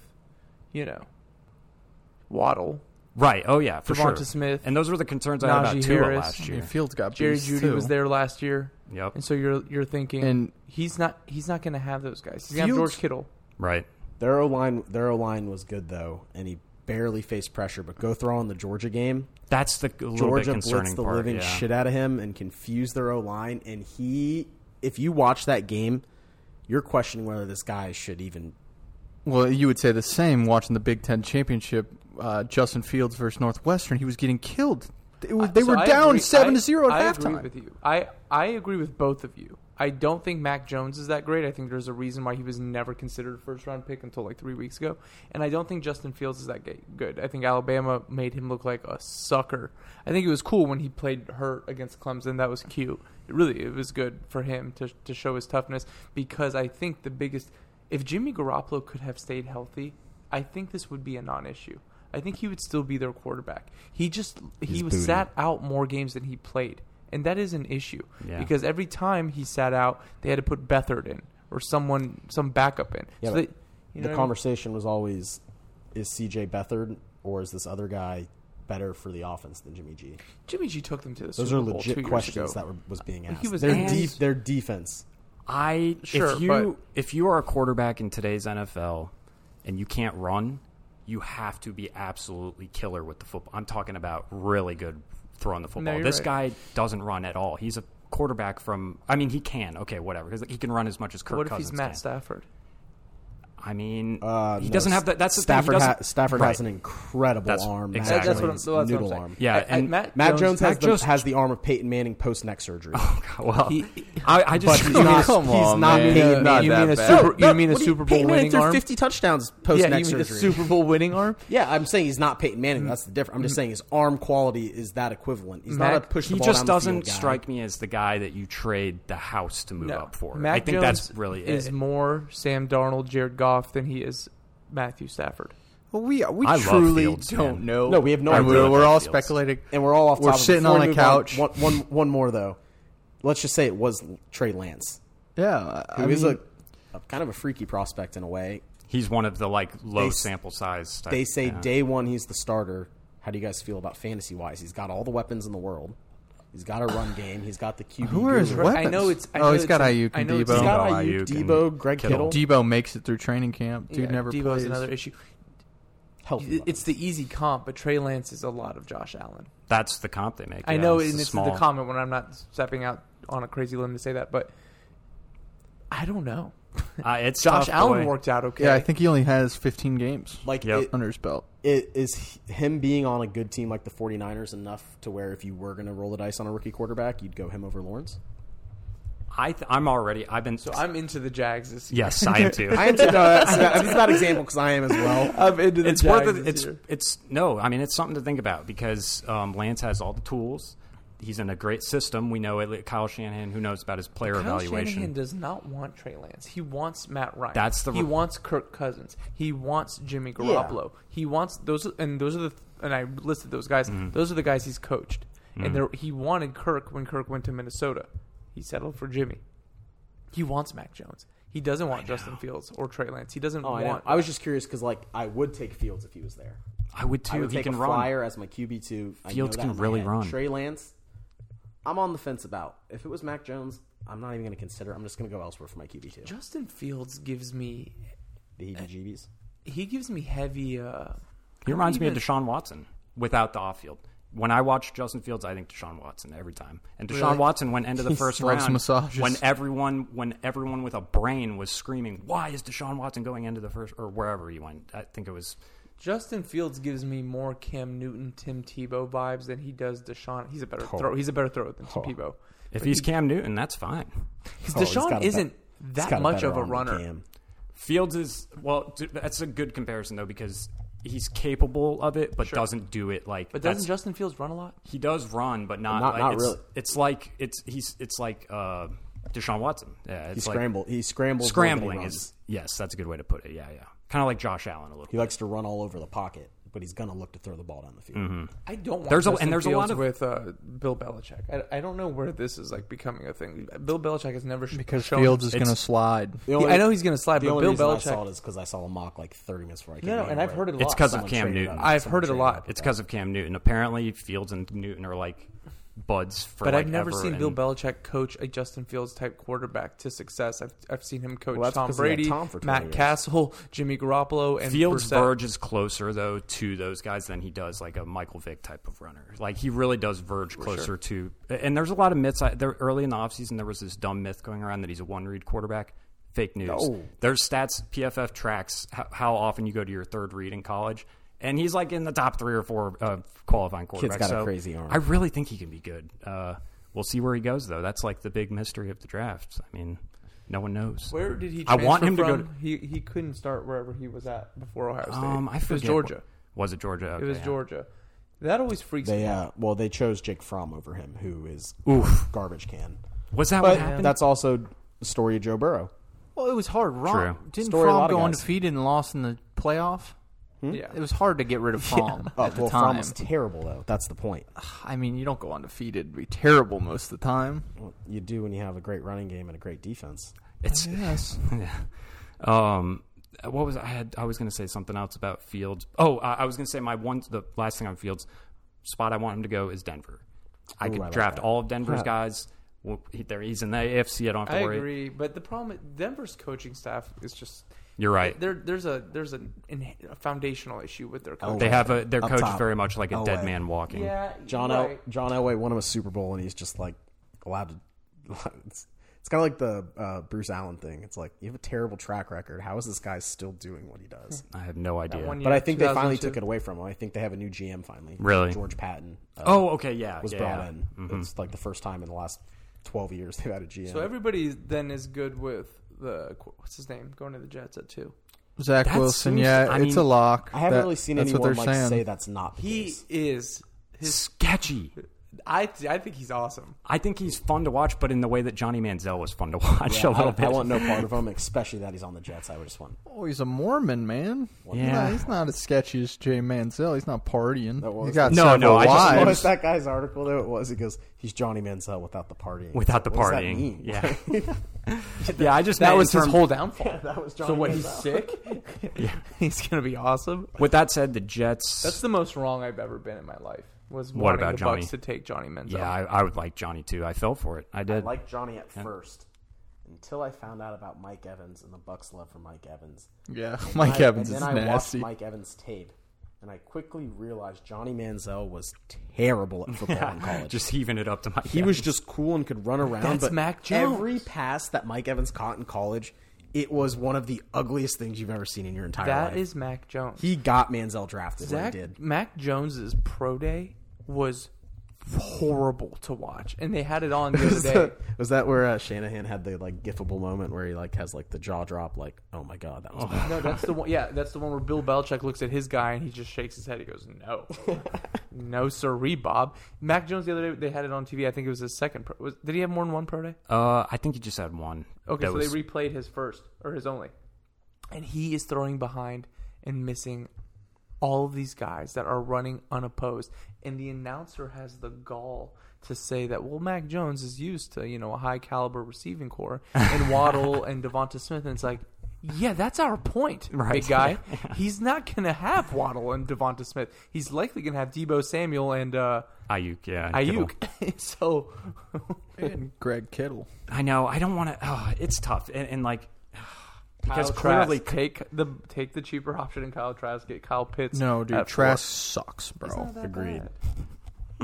Speaker 2: you know, Waddle,
Speaker 4: Right. Oh yeah, for
Speaker 2: Devonta
Speaker 4: sure.
Speaker 2: Smith,
Speaker 4: And those were the concerns I had about
Speaker 2: Najee
Speaker 4: Tua
Speaker 2: Harris.
Speaker 4: last
Speaker 3: I mean,
Speaker 4: year.
Speaker 3: Fields got
Speaker 2: Jerry
Speaker 3: beast,
Speaker 2: Judy
Speaker 3: too.
Speaker 2: was there last year,
Speaker 4: Yep.
Speaker 2: and so you're you're thinking
Speaker 3: And-
Speaker 2: he's not he's not going to have those guys. He's going to have
Speaker 3: Fields-
Speaker 2: George Kittle.
Speaker 4: Right.
Speaker 5: Their O line. Their O line was good though, and he barely faced pressure. But go throw on the Georgia game.
Speaker 4: That's the a little
Speaker 5: Georgia
Speaker 4: bit concerning
Speaker 5: blitzed the
Speaker 4: part.
Speaker 5: living
Speaker 4: yeah.
Speaker 5: shit out of him and confused their O line. And he, if you watch that game, you're questioning whether this guy should even.
Speaker 3: Well, you would say the same watching the Big Ten championship, uh, Justin Fields versus Northwestern. He was getting killed. They, were- they
Speaker 2: So
Speaker 3: were
Speaker 2: I
Speaker 3: down
Speaker 2: agree-
Speaker 3: seven
Speaker 2: I-
Speaker 3: to zero at
Speaker 2: I
Speaker 3: halftime.
Speaker 2: Agree with you. I I agree with both of you. I don't think Mac Jones is that great. I think there's a reason why he was never considered a first round pick until like three weeks ago. And I don't think Justin Fields is that ga- good. I think Alabama made him look like a sucker. I think it was cool when he played hurt against Clemson. That was cute. It really, it was good for him to to show his toughness because I think the biggest if Jimmy Garoppolo could have stayed healthy, I think this would be a non-issue. I think he would still be their quarterback. He just he
Speaker 5: He's
Speaker 2: was
Speaker 5: booty.
Speaker 2: sat out more games than he played, and that is an issue
Speaker 4: Yeah.
Speaker 2: because every time he sat out, they had to put Bethard in or someone some backup in.
Speaker 5: Yeah,
Speaker 2: so
Speaker 5: but
Speaker 2: they, you know what I
Speaker 5: the
Speaker 2: mean?
Speaker 5: conversation was always, is C.J. Beathard or is this other guy better for the offense than Jimmy G?
Speaker 2: Jimmy G took them to the
Speaker 5: Those
Speaker 2: Super
Speaker 5: are
Speaker 2: Bowl two
Speaker 5: legit
Speaker 2: years
Speaker 5: questions
Speaker 2: ago.
Speaker 5: that were, was being
Speaker 2: He
Speaker 5: asked.
Speaker 2: was
Speaker 5: their,
Speaker 2: asked-
Speaker 5: de- their defense.
Speaker 4: I
Speaker 2: Sure,
Speaker 4: if you
Speaker 2: but-
Speaker 4: if you are a quarterback in today's NFL and you can't run, you have to be absolutely killer with the football. I'm talking about really good throwing the football.
Speaker 2: you're
Speaker 4: this
Speaker 2: right.
Speaker 4: guy doesn't run at all. He's a quarterback from. I mean, he can. Okay, whatever. 'cause he can run as much as Kirk
Speaker 2: what if
Speaker 4: Cousins.
Speaker 2: he's Matt
Speaker 4: can.
Speaker 2: Stafford?
Speaker 4: I mean,
Speaker 5: Uh,
Speaker 4: he
Speaker 5: no,
Speaker 4: doesn't have that. That's the thing, he
Speaker 5: Stafford. ha-
Speaker 4: doesn't-
Speaker 5: Stafford
Speaker 4: right.
Speaker 5: has an incredible
Speaker 4: That's-
Speaker 5: arm.
Speaker 4: exactly.
Speaker 5: Matt
Speaker 4: That's what I'm-
Speaker 5: Jones,
Speaker 2: that's what I'm
Speaker 5: noodle
Speaker 2: saying.
Speaker 5: arm.
Speaker 4: Yeah,
Speaker 2: I- I-
Speaker 4: and
Speaker 2: Matt,
Speaker 5: Matt Jones, has,
Speaker 4: Matt
Speaker 5: the,
Speaker 4: Jones-
Speaker 5: has the arm of Peyton Manning post neck surgery.
Speaker 4: Oh, well, I, I just
Speaker 5: But he's not-
Speaker 3: Come
Speaker 5: he's
Speaker 3: on,
Speaker 5: not
Speaker 3: man.
Speaker 5: Peyton
Speaker 3: Not
Speaker 5: Manning.
Speaker 3: that
Speaker 2: You mean a
Speaker 3: bad.
Speaker 2: super- you mean a
Speaker 5: what do you-
Speaker 2: Super Bowl
Speaker 5: Peyton Manning
Speaker 2: winning
Speaker 5: threw
Speaker 2: arm?
Speaker 5: 50 touchdowns post
Speaker 2: yeah,
Speaker 5: neck
Speaker 2: you mean the
Speaker 5: surgery.
Speaker 2: Super Bowl winning arm?
Speaker 5: Yeah, I'm saying he's not Peyton Manning. That's the difference. I'm just saying his arm quality is that equivalent. He's not
Speaker 2: Mac-
Speaker 5: a push the
Speaker 4: Mm. he
Speaker 5: ball
Speaker 4: just
Speaker 5: down the
Speaker 4: doesn't
Speaker 5: field guy.
Speaker 4: strike me as the guy that you trade the house to move up for.
Speaker 2: Mac
Speaker 4: I think
Speaker 2: Jones
Speaker 4: that's really
Speaker 2: is
Speaker 4: it.
Speaker 2: more Sam Darnold, Jared Goff than he is Matthew Stafford.
Speaker 3: Well, we we
Speaker 4: I love
Speaker 3: truly
Speaker 4: Fields,
Speaker 3: don't
Speaker 4: man.
Speaker 3: know.
Speaker 5: No, we have no
Speaker 3: I
Speaker 5: idea
Speaker 3: We're,
Speaker 4: about
Speaker 3: we're all
Speaker 4: Fields.
Speaker 3: speculating,
Speaker 5: And we're all off.
Speaker 3: We're
Speaker 5: topic.
Speaker 3: sitting
Speaker 5: Before
Speaker 3: on
Speaker 5: we
Speaker 3: a
Speaker 5: move on,
Speaker 3: couch.
Speaker 5: One, one, one more though. Let's just say it was Trey Lance,
Speaker 3: Yeah,
Speaker 5: who
Speaker 3: I
Speaker 5: is
Speaker 3: mean,
Speaker 5: a, a kind of a freaky prospect in a way.
Speaker 4: He's one of the like low
Speaker 5: They s-
Speaker 4: sample size. Type,
Speaker 5: They say
Speaker 4: yeah.
Speaker 5: day one he's the starter. How do you guys feel about fantasy wise? He's got all the weapons in the world. He's got a run game. He's got the QB.
Speaker 3: who are his
Speaker 5: guru.
Speaker 3: weapons?
Speaker 2: I know it's- I
Speaker 3: oh,
Speaker 2: know
Speaker 3: he's
Speaker 2: it's
Speaker 3: got
Speaker 2: a-
Speaker 3: Ayuk
Speaker 2: I
Speaker 3: and
Speaker 2: know
Speaker 3: Debo.
Speaker 2: it's
Speaker 5: He's got
Speaker 4: Debo,
Speaker 5: Ayuk,
Speaker 4: Ayuk, and
Speaker 5: Debo, Greg Kittle.
Speaker 3: Debo makes it through training camp. Dude
Speaker 2: Yeah,
Speaker 3: never
Speaker 2: Debo's
Speaker 3: plays.
Speaker 2: another issue.
Speaker 5: Healthy
Speaker 2: It-
Speaker 5: weapons.
Speaker 2: It's the easy comp, but Trey Lance is a lot of Josh Allen.
Speaker 4: That's the comp they make.
Speaker 2: I
Speaker 4: yeah,
Speaker 2: know,
Speaker 4: it's
Speaker 2: and
Speaker 4: the
Speaker 2: it's
Speaker 4: small.
Speaker 2: the comment when I'm not stepping out on a crazy limb to say that, but I don't know.
Speaker 4: Uh, it's
Speaker 2: Josh
Speaker 4: tough,
Speaker 2: Allen
Speaker 4: boy.
Speaker 2: worked out okay.
Speaker 3: Yeah, I think he only has 15 games
Speaker 5: like
Speaker 4: Yep.
Speaker 5: it,
Speaker 3: under his belt.
Speaker 5: it is him being on a good team like the 49ers enough to where if you were going to roll the dice on a rookie quarterback, you'd go him over Lawrence?
Speaker 4: I th- I'm already. I've been.
Speaker 2: so. I'm into the Jags this year.
Speaker 4: yes, I am too.
Speaker 5: I am too. No, that's, that's not an example because I am as well.
Speaker 2: I'm into the
Speaker 4: it's
Speaker 2: Jags
Speaker 4: worth it.
Speaker 2: this
Speaker 4: It's
Speaker 2: year.
Speaker 4: it's no. I mean, it's something to think about because um, Lance has all the tools. He's in a great system. We know it. Kyle Shanahan, who knows about his player
Speaker 2: Kyle
Speaker 4: evaluation.
Speaker 2: Shanahan does not want Trey Lance. He wants Matt Ryan.
Speaker 4: That's the-
Speaker 2: he wants Kirk Cousins. He wants Jimmy Garoppolo. He wants those, and those are the and I listed those guys.
Speaker 5: Mm-hmm.
Speaker 2: Those are the guys he's coached, and there, he wanted Kirk when Kirk went to Minnesota. He settled for Jimmy. He wants Mac Jones. He doesn't want Justin Fields or Trey Lance. He doesn't
Speaker 5: Oh, I, know.
Speaker 2: want.
Speaker 5: I was just curious because like I would take Fields if he was there.
Speaker 4: I would too.
Speaker 5: I would
Speaker 4: he
Speaker 5: take
Speaker 4: can
Speaker 5: a
Speaker 4: run.
Speaker 5: flyer as my QB two. I know
Speaker 4: Fields
Speaker 5: that
Speaker 4: can
Speaker 5: in my
Speaker 4: really
Speaker 5: head.
Speaker 4: run.
Speaker 5: Trey Lance, I'm on the fence about. If it was Mac Jones, I'm not even going to consider. I'm just going to go elsewhere for my QB two.
Speaker 2: Justin Fields gives me.
Speaker 5: The heebie-jeebies.
Speaker 2: He gives me heavy. Uh,
Speaker 4: He reminds me of Deshaun Watson without the off field. When I watch Justin Fields, I think Deshaun Watson every time. And Deshaun Watson went into the
Speaker 3: He
Speaker 4: first
Speaker 3: loves
Speaker 4: round
Speaker 3: massages.
Speaker 4: when everyone when everyone with a brain was screaming, "Why is Deshaun Watson going into the first or wherever he went?" I think it was
Speaker 2: Justin Fields gives me more Cam Newton, Tim Tebow vibes than he does Deshaun. He's a better throw. He's a better thrower than Tim Tebow.
Speaker 4: if he's Cam Newton, that's fine.
Speaker 2: Because
Speaker 5: Oh, he's
Speaker 2: Deshaun
Speaker 5: got a bet-
Speaker 2: isn't
Speaker 5: he's got
Speaker 2: that
Speaker 5: a
Speaker 2: much
Speaker 5: better
Speaker 2: of a
Speaker 5: arm than
Speaker 2: runner.
Speaker 5: Cam.
Speaker 4: Fields is well, d- that's a good comparison though because he's capable of it but doesn't do it like
Speaker 2: But
Speaker 4: that's-
Speaker 2: doesn't Justin Fields run a lot?
Speaker 4: He does run, but not,
Speaker 5: Not-
Speaker 4: like,
Speaker 5: not
Speaker 4: it's,
Speaker 5: really.
Speaker 4: It's like it's he's it's like uh, Deshaun Watson. Yeah,
Speaker 5: He
Speaker 4: it's like
Speaker 5: scrambled. He scrambles. more than he
Speaker 4: scrambling
Speaker 5: runs.
Speaker 4: is yes, that's a good way to put it. Yeah, yeah, kind of like Josh Allen a little.
Speaker 5: He likes to run all over the pocket, but he's going to look to throw the ball down the field.
Speaker 2: I don't want
Speaker 4: There's a- and
Speaker 2: Justin
Speaker 4: there's a
Speaker 2: Fields
Speaker 4: lot of-
Speaker 2: with uh, Bill Belichick. I, I don't know where this is like becoming a thing. Bill Belichick has never sh-
Speaker 3: Because
Speaker 2: shown
Speaker 3: Fields is
Speaker 4: it's-
Speaker 3: going to slide.
Speaker 5: The
Speaker 2: I know he's gonna slide,
Speaker 5: the
Speaker 2: but
Speaker 5: only
Speaker 2: Bill
Speaker 5: reason
Speaker 2: Belichick-
Speaker 5: I saw it is because I saw a mock like 30 minutes before I came.
Speaker 2: No, no,
Speaker 5: in
Speaker 2: and I've
Speaker 5: where
Speaker 2: heard it a lot.
Speaker 4: It's because of
Speaker 5: someone
Speaker 4: Cam
Speaker 5: traded
Speaker 4: Newton.
Speaker 5: up.
Speaker 2: I've heard it a lot,
Speaker 4: It's because of Cam Newton. Apparently, Fields and Newton are like buds for.
Speaker 2: but
Speaker 4: like,
Speaker 2: I've never
Speaker 4: ever,
Speaker 2: seen
Speaker 4: and
Speaker 2: Bill Belichick coach a Justin Fields type quarterback to success. I've, I've seen him coach
Speaker 5: Well, that's
Speaker 2: Tom
Speaker 5: because he had
Speaker 2: Brady,
Speaker 5: Tom for 20
Speaker 2: Matt
Speaker 5: years.
Speaker 2: Castle, Jimmy Garoppolo, and
Speaker 4: Fields
Speaker 2: Brissett.
Speaker 4: verges closer though to those guys than he does like a Michael Vick type of runner. Like he really does verge closer to. And there's a lot of myths. I, there early in the offseason, there was this dumb myth going around that he's a one read quarterback. Fake news. There's stats PFF tracks how, how often you go to your third read in college. And he's like in the top three or four uh, qualifying quarterbacks.
Speaker 5: got a
Speaker 4: So
Speaker 5: crazy arm.
Speaker 4: I really think he can be good. Uh, we'll see where he goes though. That's like the big mystery of the draft. I mean, no one knows.
Speaker 2: Where did he?
Speaker 4: I want
Speaker 2: transfer
Speaker 4: him to go
Speaker 2: from?
Speaker 4: to-
Speaker 2: He he couldn't start wherever he was at before Ohio State.
Speaker 4: Um,
Speaker 2: it
Speaker 4: I
Speaker 2: was
Speaker 4: forget
Speaker 2: Georgia.
Speaker 4: what- was it Georgia?
Speaker 2: It
Speaker 4: Okay,
Speaker 2: was
Speaker 4: yeah.
Speaker 2: Georgia. That always freaks me
Speaker 5: They
Speaker 2: out.
Speaker 5: uh, well, they chose Jake Fromm over him, who is garbage can.
Speaker 4: Was that what
Speaker 5: But
Speaker 4: happened?
Speaker 5: that's also the story of Joe Burrow.
Speaker 3: Well, it was hard. Ron
Speaker 4: True.
Speaker 3: didn't
Speaker 5: Story a
Speaker 3: Fromm
Speaker 5: lot of
Speaker 3: go
Speaker 5: guys.
Speaker 3: undefeated and lost in the playoff.
Speaker 2: Yeah.
Speaker 3: It was hard to get rid of Fromm
Speaker 5: Oh,
Speaker 3: at the
Speaker 5: well, Fromm
Speaker 3: time.
Speaker 5: was terrible though. That's the point.
Speaker 3: I mean, you don't go undefeated and be terrible most of the time.
Speaker 5: Well, you do when you have a great running game and a great defense.
Speaker 4: It's yes. um, what was I had? I was going to say something else about Fields. Oh, I, I was going to say my one. The last thing on Fields spot I want him to go is Denver. I could
Speaker 5: I like
Speaker 4: draft
Speaker 5: that.
Speaker 4: all of Denver's guys. Well, he, there he's in the AFC. I don't have to
Speaker 2: I
Speaker 4: worry.
Speaker 2: agree, but the problem Denver's coaching staff is just
Speaker 4: You're right.
Speaker 2: There, there's a there's an, in- a foundational issue with their
Speaker 5: Oh,
Speaker 2: coach.
Speaker 4: They have a their
Speaker 5: Up
Speaker 4: coach is
Speaker 5: top.
Speaker 4: very much like a
Speaker 5: Oh,
Speaker 4: dead
Speaker 5: wait.
Speaker 4: man walking.
Speaker 2: yeah, you're
Speaker 5: John
Speaker 2: right.
Speaker 5: El- John Elway won him a Super Bowl, and he's just like allowed to. It's, it's kind of like the uh, Bruce Allen thing. It's like you have a terrible track record. How is this guy still doing what he does?
Speaker 4: I have no idea.
Speaker 2: one
Speaker 5: But
Speaker 2: year,
Speaker 5: I think they finally
Speaker 2: 2002.
Speaker 5: took it away from him. I think they have a new GM finally.
Speaker 4: Really?
Speaker 5: George Patton. uh,
Speaker 4: oh, okay, yeah,
Speaker 5: was
Speaker 4: yeah.
Speaker 5: brought in.
Speaker 3: Mm-hmm.
Speaker 5: It's like the first time in the last twelve years they've had a GM.
Speaker 2: So everybody then is good with the what's his name going to the Jets at two.
Speaker 3: Zach
Speaker 4: That
Speaker 3: Wilson,
Speaker 4: seems-
Speaker 3: yeah,
Speaker 4: I
Speaker 3: it's
Speaker 4: mean,
Speaker 3: a lock.
Speaker 5: I haven't
Speaker 3: That-
Speaker 5: really seen
Speaker 3: that's what
Speaker 5: anyone
Speaker 3: they're
Speaker 5: like
Speaker 3: saying.
Speaker 5: say that's not the
Speaker 2: He
Speaker 5: case.
Speaker 2: is his.
Speaker 4: Sketchy.
Speaker 2: I I think he's awesome.
Speaker 4: I think he's fun to watch, but in the way that Johnny Manziel was fun to watch a
Speaker 5: Yeah,
Speaker 4: little
Speaker 5: I,
Speaker 4: bit.
Speaker 5: I want no part of him, especially that he's on the Jets. I would just want.
Speaker 3: Oh, he's a Mormon man.
Speaker 4: Yeah.
Speaker 3: Nah, he's not as sketchy as Jay Mansell. He's not partying.
Speaker 5: was-
Speaker 3: He's got
Speaker 4: No,
Speaker 3: several
Speaker 4: no, I just-
Speaker 5: What
Speaker 3: wives.
Speaker 5: was that guy's article though? It was. He goes, he's Johnny Manziel without the partying.
Speaker 4: without the
Speaker 5: What does that
Speaker 4: partying.
Speaker 5: mean?
Speaker 4: Yeah. yeah, I just
Speaker 2: That
Speaker 4: meant
Speaker 2: was
Speaker 4: in
Speaker 2: his
Speaker 4: term-
Speaker 2: whole downfall.
Speaker 5: that was Johnny.
Speaker 2: So what? He's sick. yeah, he's gonna be awesome.
Speaker 4: With that said, the Jets.
Speaker 2: That's the most wrong I've ever been in my life. Was
Speaker 4: What
Speaker 2: wanting
Speaker 4: about
Speaker 2: the
Speaker 4: Johnny?
Speaker 2: Bucks to take Johnny Menzel?
Speaker 4: yeah, I, I would like Johnny too. I fell for it. I
Speaker 5: I
Speaker 4: did.
Speaker 5: liked Johnny at first until I found out about Mike Evans and the Bucks' love for Mike Evans.
Speaker 3: Yeah, Mike
Speaker 5: I-
Speaker 3: Evans
Speaker 5: and
Speaker 3: is
Speaker 5: then I watched
Speaker 3: nasty.
Speaker 5: Mike Evans' tape, and I quickly realized Johnny Manziel was terrible at football in college.
Speaker 4: just even it up to my.
Speaker 5: he was just cool and could run around.
Speaker 2: That's
Speaker 5: but
Speaker 2: Mac Jones.
Speaker 5: Every pass that Mike Evans caught in college, it was one of the ugliest things you've ever seen in your entire
Speaker 2: that
Speaker 5: life.
Speaker 2: is Mac Jones.
Speaker 5: he got Manziel drafted. when
Speaker 2: Zach
Speaker 5: he did.
Speaker 2: Mac Jones's pro day was horrible to watch, and they had it on the other
Speaker 5: was,
Speaker 2: day.
Speaker 5: that, was that where uh, Shanahan had the like gifable moment where he like has like the jaw drop, like oh my god, that was bad.
Speaker 2: No, that's the one. Yeah, that's the one where Bill Belichick looks at his guy and he just shakes his head. He goes, "No, no, sirree, Bob." Mac Jones the other day they had it on TV. I think it was his second. Pro, was, did he have more than one pro day?
Speaker 4: Uh, I think he just had one.
Speaker 2: Okay,
Speaker 4: That
Speaker 2: so
Speaker 4: was-
Speaker 2: they replayed his first or his only, and he is throwing behind and missing all of these guys that are running unopposed, and the announcer has the gall to say that well, Mac Jones is used to you know a high caliber receiving core and Waddle and Devonta Smith, and it's like. Yeah, that's our point,
Speaker 4: Right.
Speaker 2: big guy. He's not going to have Waddle and Devonta Smith. He's likely going to have Debo Samuel and uh,
Speaker 4: Ayuk. Yeah, Kittle.
Speaker 2: Ayuk. so,
Speaker 3: and Greg Kittle.
Speaker 4: I know. I don't want to. Oh, it's tough. And, and like,
Speaker 2: Because
Speaker 4: because
Speaker 2: clearly,
Speaker 4: clearly,
Speaker 2: take the take the cheaper option and Kyle Trask. Get Kyle Pitts.
Speaker 3: No, dude,
Speaker 2: at
Speaker 3: Trask sucks, bro.
Speaker 5: Agreed.
Speaker 2: four.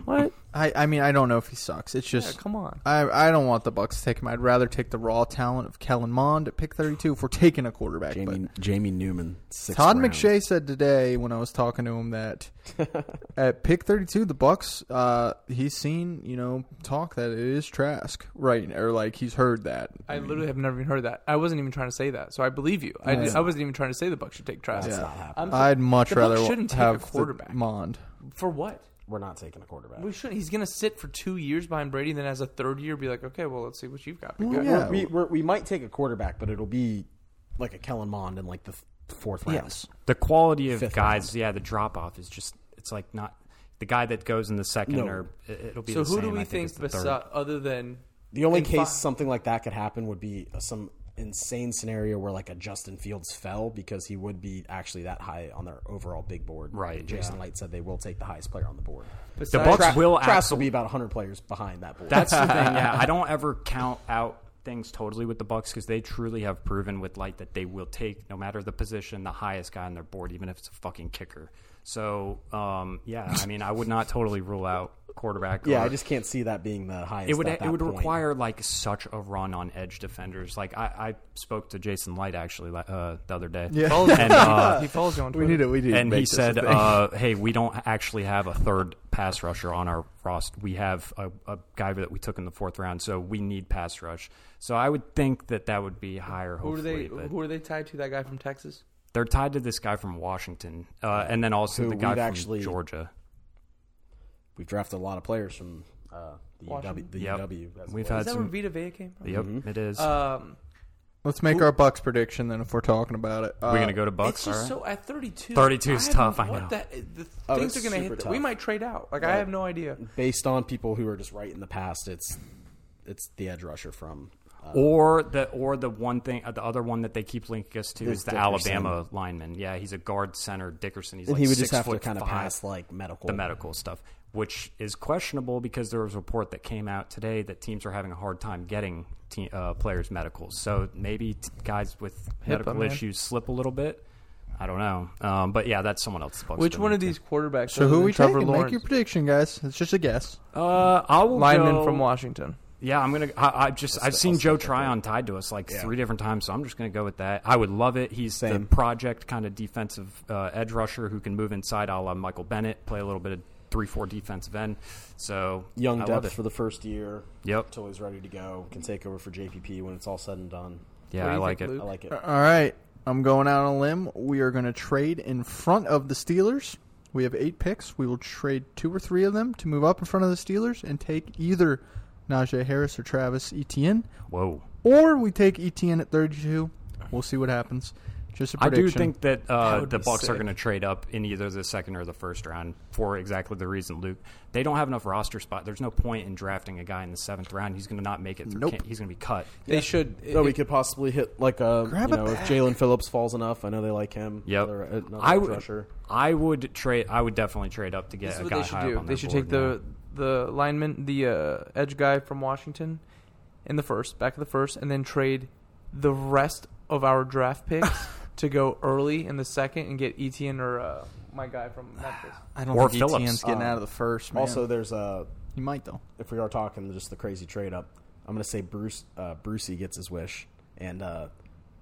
Speaker 2: What?
Speaker 3: I, I mean, I don't know if he sucks. It's
Speaker 2: Yeah,
Speaker 3: just
Speaker 2: come on.
Speaker 3: I I don't want the Bucks to take him. I'd rather take the raw talent of Kellen Mond at pick 32 if we're taking a quarterback.
Speaker 5: Jamie Jamie Newman.
Speaker 3: but
Speaker 5: Sixth
Speaker 3: Todd
Speaker 5: round.
Speaker 3: McShay said today when I was talking to him that at pick 32 the Bucks uh he's seen, you know, talk that it is Trask, right? Or like he's heard that.
Speaker 2: I literally have never even heard that. I wasn't even trying to say that, so I believe you. I, I wasn't even trying to say the Bucks should take Trask.
Speaker 5: That's not happening.
Speaker 2: I'm so-
Speaker 3: I'd much
Speaker 2: the Bucks
Speaker 3: rather wa-
Speaker 2: shouldn't take a
Speaker 3: have the
Speaker 2: quarterback.
Speaker 3: Mond.
Speaker 2: For what?
Speaker 5: We're not taking a quarterback.
Speaker 2: We shouldn't. He's gonna sit for two years behind Brady, and then as a third year, be like, okay, well, let's see what you've got. Be
Speaker 3: Well,
Speaker 2: good.
Speaker 3: yeah.
Speaker 5: we, we're, we might take a quarterback, but it'll be like a Kellen Mond in like the th- fourth round.
Speaker 4: the quality of
Speaker 5: Fifth
Speaker 4: guys, yeah, the drop off is just. It's like not the guy that goes in the second,
Speaker 5: No.
Speaker 4: or it- it'll be.
Speaker 2: So
Speaker 4: the
Speaker 2: who
Speaker 4: same,
Speaker 2: do we
Speaker 4: I
Speaker 2: think,
Speaker 4: think, as the third.
Speaker 2: besi- other than
Speaker 5: The only
Speaker 2: And
Speaker 5: case
Speaker 2: fi-
Speaker 5: something like that could happen would be uh, some insane scenario where like a Justin Fields fell because he would be actually that high on their overall big board.
Speaker 4: Right,
Speaker 5: Jason Light said they will take the highest player on the board.
Speaker 4: The
Speaker 2: besides,
Speaker 4: Bucks will
Speaker 5: Trask
Speaker 4: absolutely.
Speaker 5: will be about 100 players behind that board.
Speaker 4: That's the thing. Yeah, I don't ever count out things totally with the Bucks because they truly have proven with light that they will take no matter the position the highest guy on their board, even if it's a fucking kicker. So um, yeah, I mean, I would not totally rule out quarterback.
Speaker 5: yeah,
Speaker 4: or-
Speaker 5: I just can't see that being the highest.
Speaker 4: it would
Speaker 5: at
Speaker 4: it
Speaker 5: that
Speaker 4: would
Speaker 5: point.
Speaker 4: require like such a run on edge defenders. Like I, I spoke to Jason Light actually like, uh, the other day. Yeah, and, uh,
Speaker 2: he follows you on Twitter.
Speaker 3: We need it. We need to
Speaker 4: and
Speaker 3: make
Speaker 4: he
Speaker 3: this a
Speaker 4: said,
Speaker 3: thing.
Speaker 4: uh, "Hey, we don't actually have a third pass rusher on our roster. We have a, a guy that we took in the fourth round, so we need pass rush. So I would think that that would be higher.
Speaker 2: Who are they?
Speaker 4: Hopefully, but
Speaker 2: Who are they tied to? That guy from Texas.
Speaker 4: they're tied to this guy from Washington, uh, and then also
Speaker 5: Who
Speaker 4: the guy
Speaker 5: we've
Speaker 4: from
Speaker 5: actually-
Speaker 4: Georgia.
Speaker 5: We've drafted a lot of players from uh, the
Speaker 2: Washington?
Speaker 5: UW. The
Speaker 4: Yep.
Speaker 5: UW as
Speaker 4: We've
Speaker 5: well.
Speaker 2: Is
Speaker 4: had
Speaker 2: that where
Speaker 4: some.
Speaker 2: Vita Vea came from?
Speaker 4: Yep,
Speaker 5: Mm-hmm.
Speaker 4: it is.
Speaker 5: Uh,
Speaker 2: Um,
Speaker 3: Let's make our Bucks prediction then if we're talking about it. Uh,
Speaker 4: We're gonna go to
Speaker 2: It's
Speaker 4: Bucks. all
Speaker 2: just
Speaker 4: right?
Speaker 2: so at 32.
Speaker 4: 32 is
Speaker 2: I
Speaker 4: tough,
Speaker 2: don't
Speaker 4: I
Speaker 2: what
Speaker 4: know.
Speaker 2: that- the
Speaker 5: Oh,
Speaker 2: things are
Speaker 5: it's
Speaker 2: going to
Speaker 5: super
Speaker 2: hit. That. We
Speaker 5: tough.
Speaker 2: might trade out. Like I
Speaker 5: Right.
Speaker 2: have no idea.
Speaker 5: based on people who are just right in the past. It's it's the edge rusher from uh,
Speaker 4: Or the or the one thing uh, the other one that they keep linking us to
Speaker 5: Is
Speaker 4: is the
Speaker 5: Dickerson.
Speaker 4: Alabama lineman. Yeah, he's a guard center. Dickerson. He's
Speaker 5: and
Speaker 4: like
Speaker 5: he would
Speaker 4: six
Speaker 5: just have to
Speaker 4: foot
Speaker 5: kind of
Speaker 4: five.
Speaker 5: pass like medical
Speaker 4: the medical stuff, which is questionable because there was a report that came out today that teams are having a hard time getting te- uh, players' medicals. So maybe t- guys with medical
Speaker 2: man.
Speaker 4: issues slip a little bit. I don't know, um, but yeah, that's someone else's bugs.
Speaker 2: Which
Speaker 4: for
Speaker 2: one
Speaker 4: me,
Speaker 2: of
Speaker 4: too.
Speaker 2: these quarterbacks?
Speaker 3: So
Speaker 2: other
Speaker 3: who
Speaker 2: than
Speaker 3: are we
Speaker 2: Trevor
Speaker 3: taking? Make
Speaker 2: Lawrence,
Speaker 3: your prediction, guys. It's just a guess.
Speaker 4: Uh, I will
Speaker 2: lineman
Speaker 4: go-
Speaker 2: from Washington.
Speaker 4: Yeah, I'm gonna. I, I just I've seen
Speaker 5: let's
Speaker 4: Joe
Speaker 5: look at
Speaker 4: Tryon tied to us like
Speaker 5: Yeah.
Speaker 4: three different times, so I'm just gonna go with that. I would love it. He's
Speaker 5: Same.
Speaker 4: the project kind of defensive uh, edge rusher who can move inside, a la Michael Bennett, play a little bit of three four defensive end. So
Speaker 5: Young
Speaker 4: I love
Speaker 5: depth
Speaker 4: it.
Speaker 5: for the first year.
Speaker 4: Yep.
Speaker 5: Till he's ready to go. Can take over for JPP when it's all said and done.
Speaker 4: Yeah,
Speaker 2: What do
Speaker 4: I
Speaker 2: you
Speaker 4: like
Speaker 2: think,
Speaker 4: it.
Speaker 5: I like it.
Speaker 3: All right. I'm going out on a limb. We are going to trade in front of the Steelers. We have eight picks. We will trade two or three of them to move up in front of the Steelers and take either Najee Harris or Travis Etienne,
Speaker 4: Whoa.
Speaker 3: or we take Etienne at 32. We'll see what happens. Just a
Speaker 4: I
Speaker 3: prediction.
Speaker 4: do think that, uh,
Speaker 2: would
Speaker 4: the
Speaker 2: be
Speaker 4: Bucks are
Speaker 2: sick.
Speaker 4: going to trade up in either the second or the first round for exactly the reason Luke. They don't have enough roster spot. There's no point in drafting a guy in the seventh round. He's going to not make it. Through
Speaker 3: Nope.
Speaker 4: camp. He's going to be cut.
Speaker 2: They should.
Speaker 5: So Oh, we could possibly hit like a
Speaker 3: Grab
Speaker 5: you
Speaker 3: it
Speaker 5: know if
Speaker 3: back.
Speaker 5: Jalen Phillips falls enough. I know they like him.
Speaker 4: Yep.
Speaker 5: Another, another
Speaker 4: I
Speaker 5: edge
Speaker 4: would.
Speaker 5: rusher.
Speaker 4: I would trade. I would definitely trade up to get
Speaker 2: This is
Speaker 4: a
Speaker 2: what
Speaker 4: guy
Speaker 2: they should
Speaker 4: high up
Speaker 2: do.
Speaker 4: on
Speaker 2: They
Speaker 4: their
Speaker 2: should
Speaker 4: board,
Speaker 2: take
Speaker 4: yeah.
Speaker 2: the the lineman, the uh, edge guy from Washington, in the first, back of the first, and then trade the rest of our draft picks to go early in the second and get Etienne or uh, my guy from Memphis.
Speaker 3: I don't
Speaker 4: Or
Speaker 3: think
Speaker 4: Phillips.
Speaker 3: Etienne's getting
Speaker 5: Um,
Speaker 3: out of the first. Man.
Speaker 5: Also, there's a
Speaker 3: he might though.
Speaker 5: if we are talking just the crazy trade up. I'm gonna say Bruce uh, Brucey gets his wish, and uh,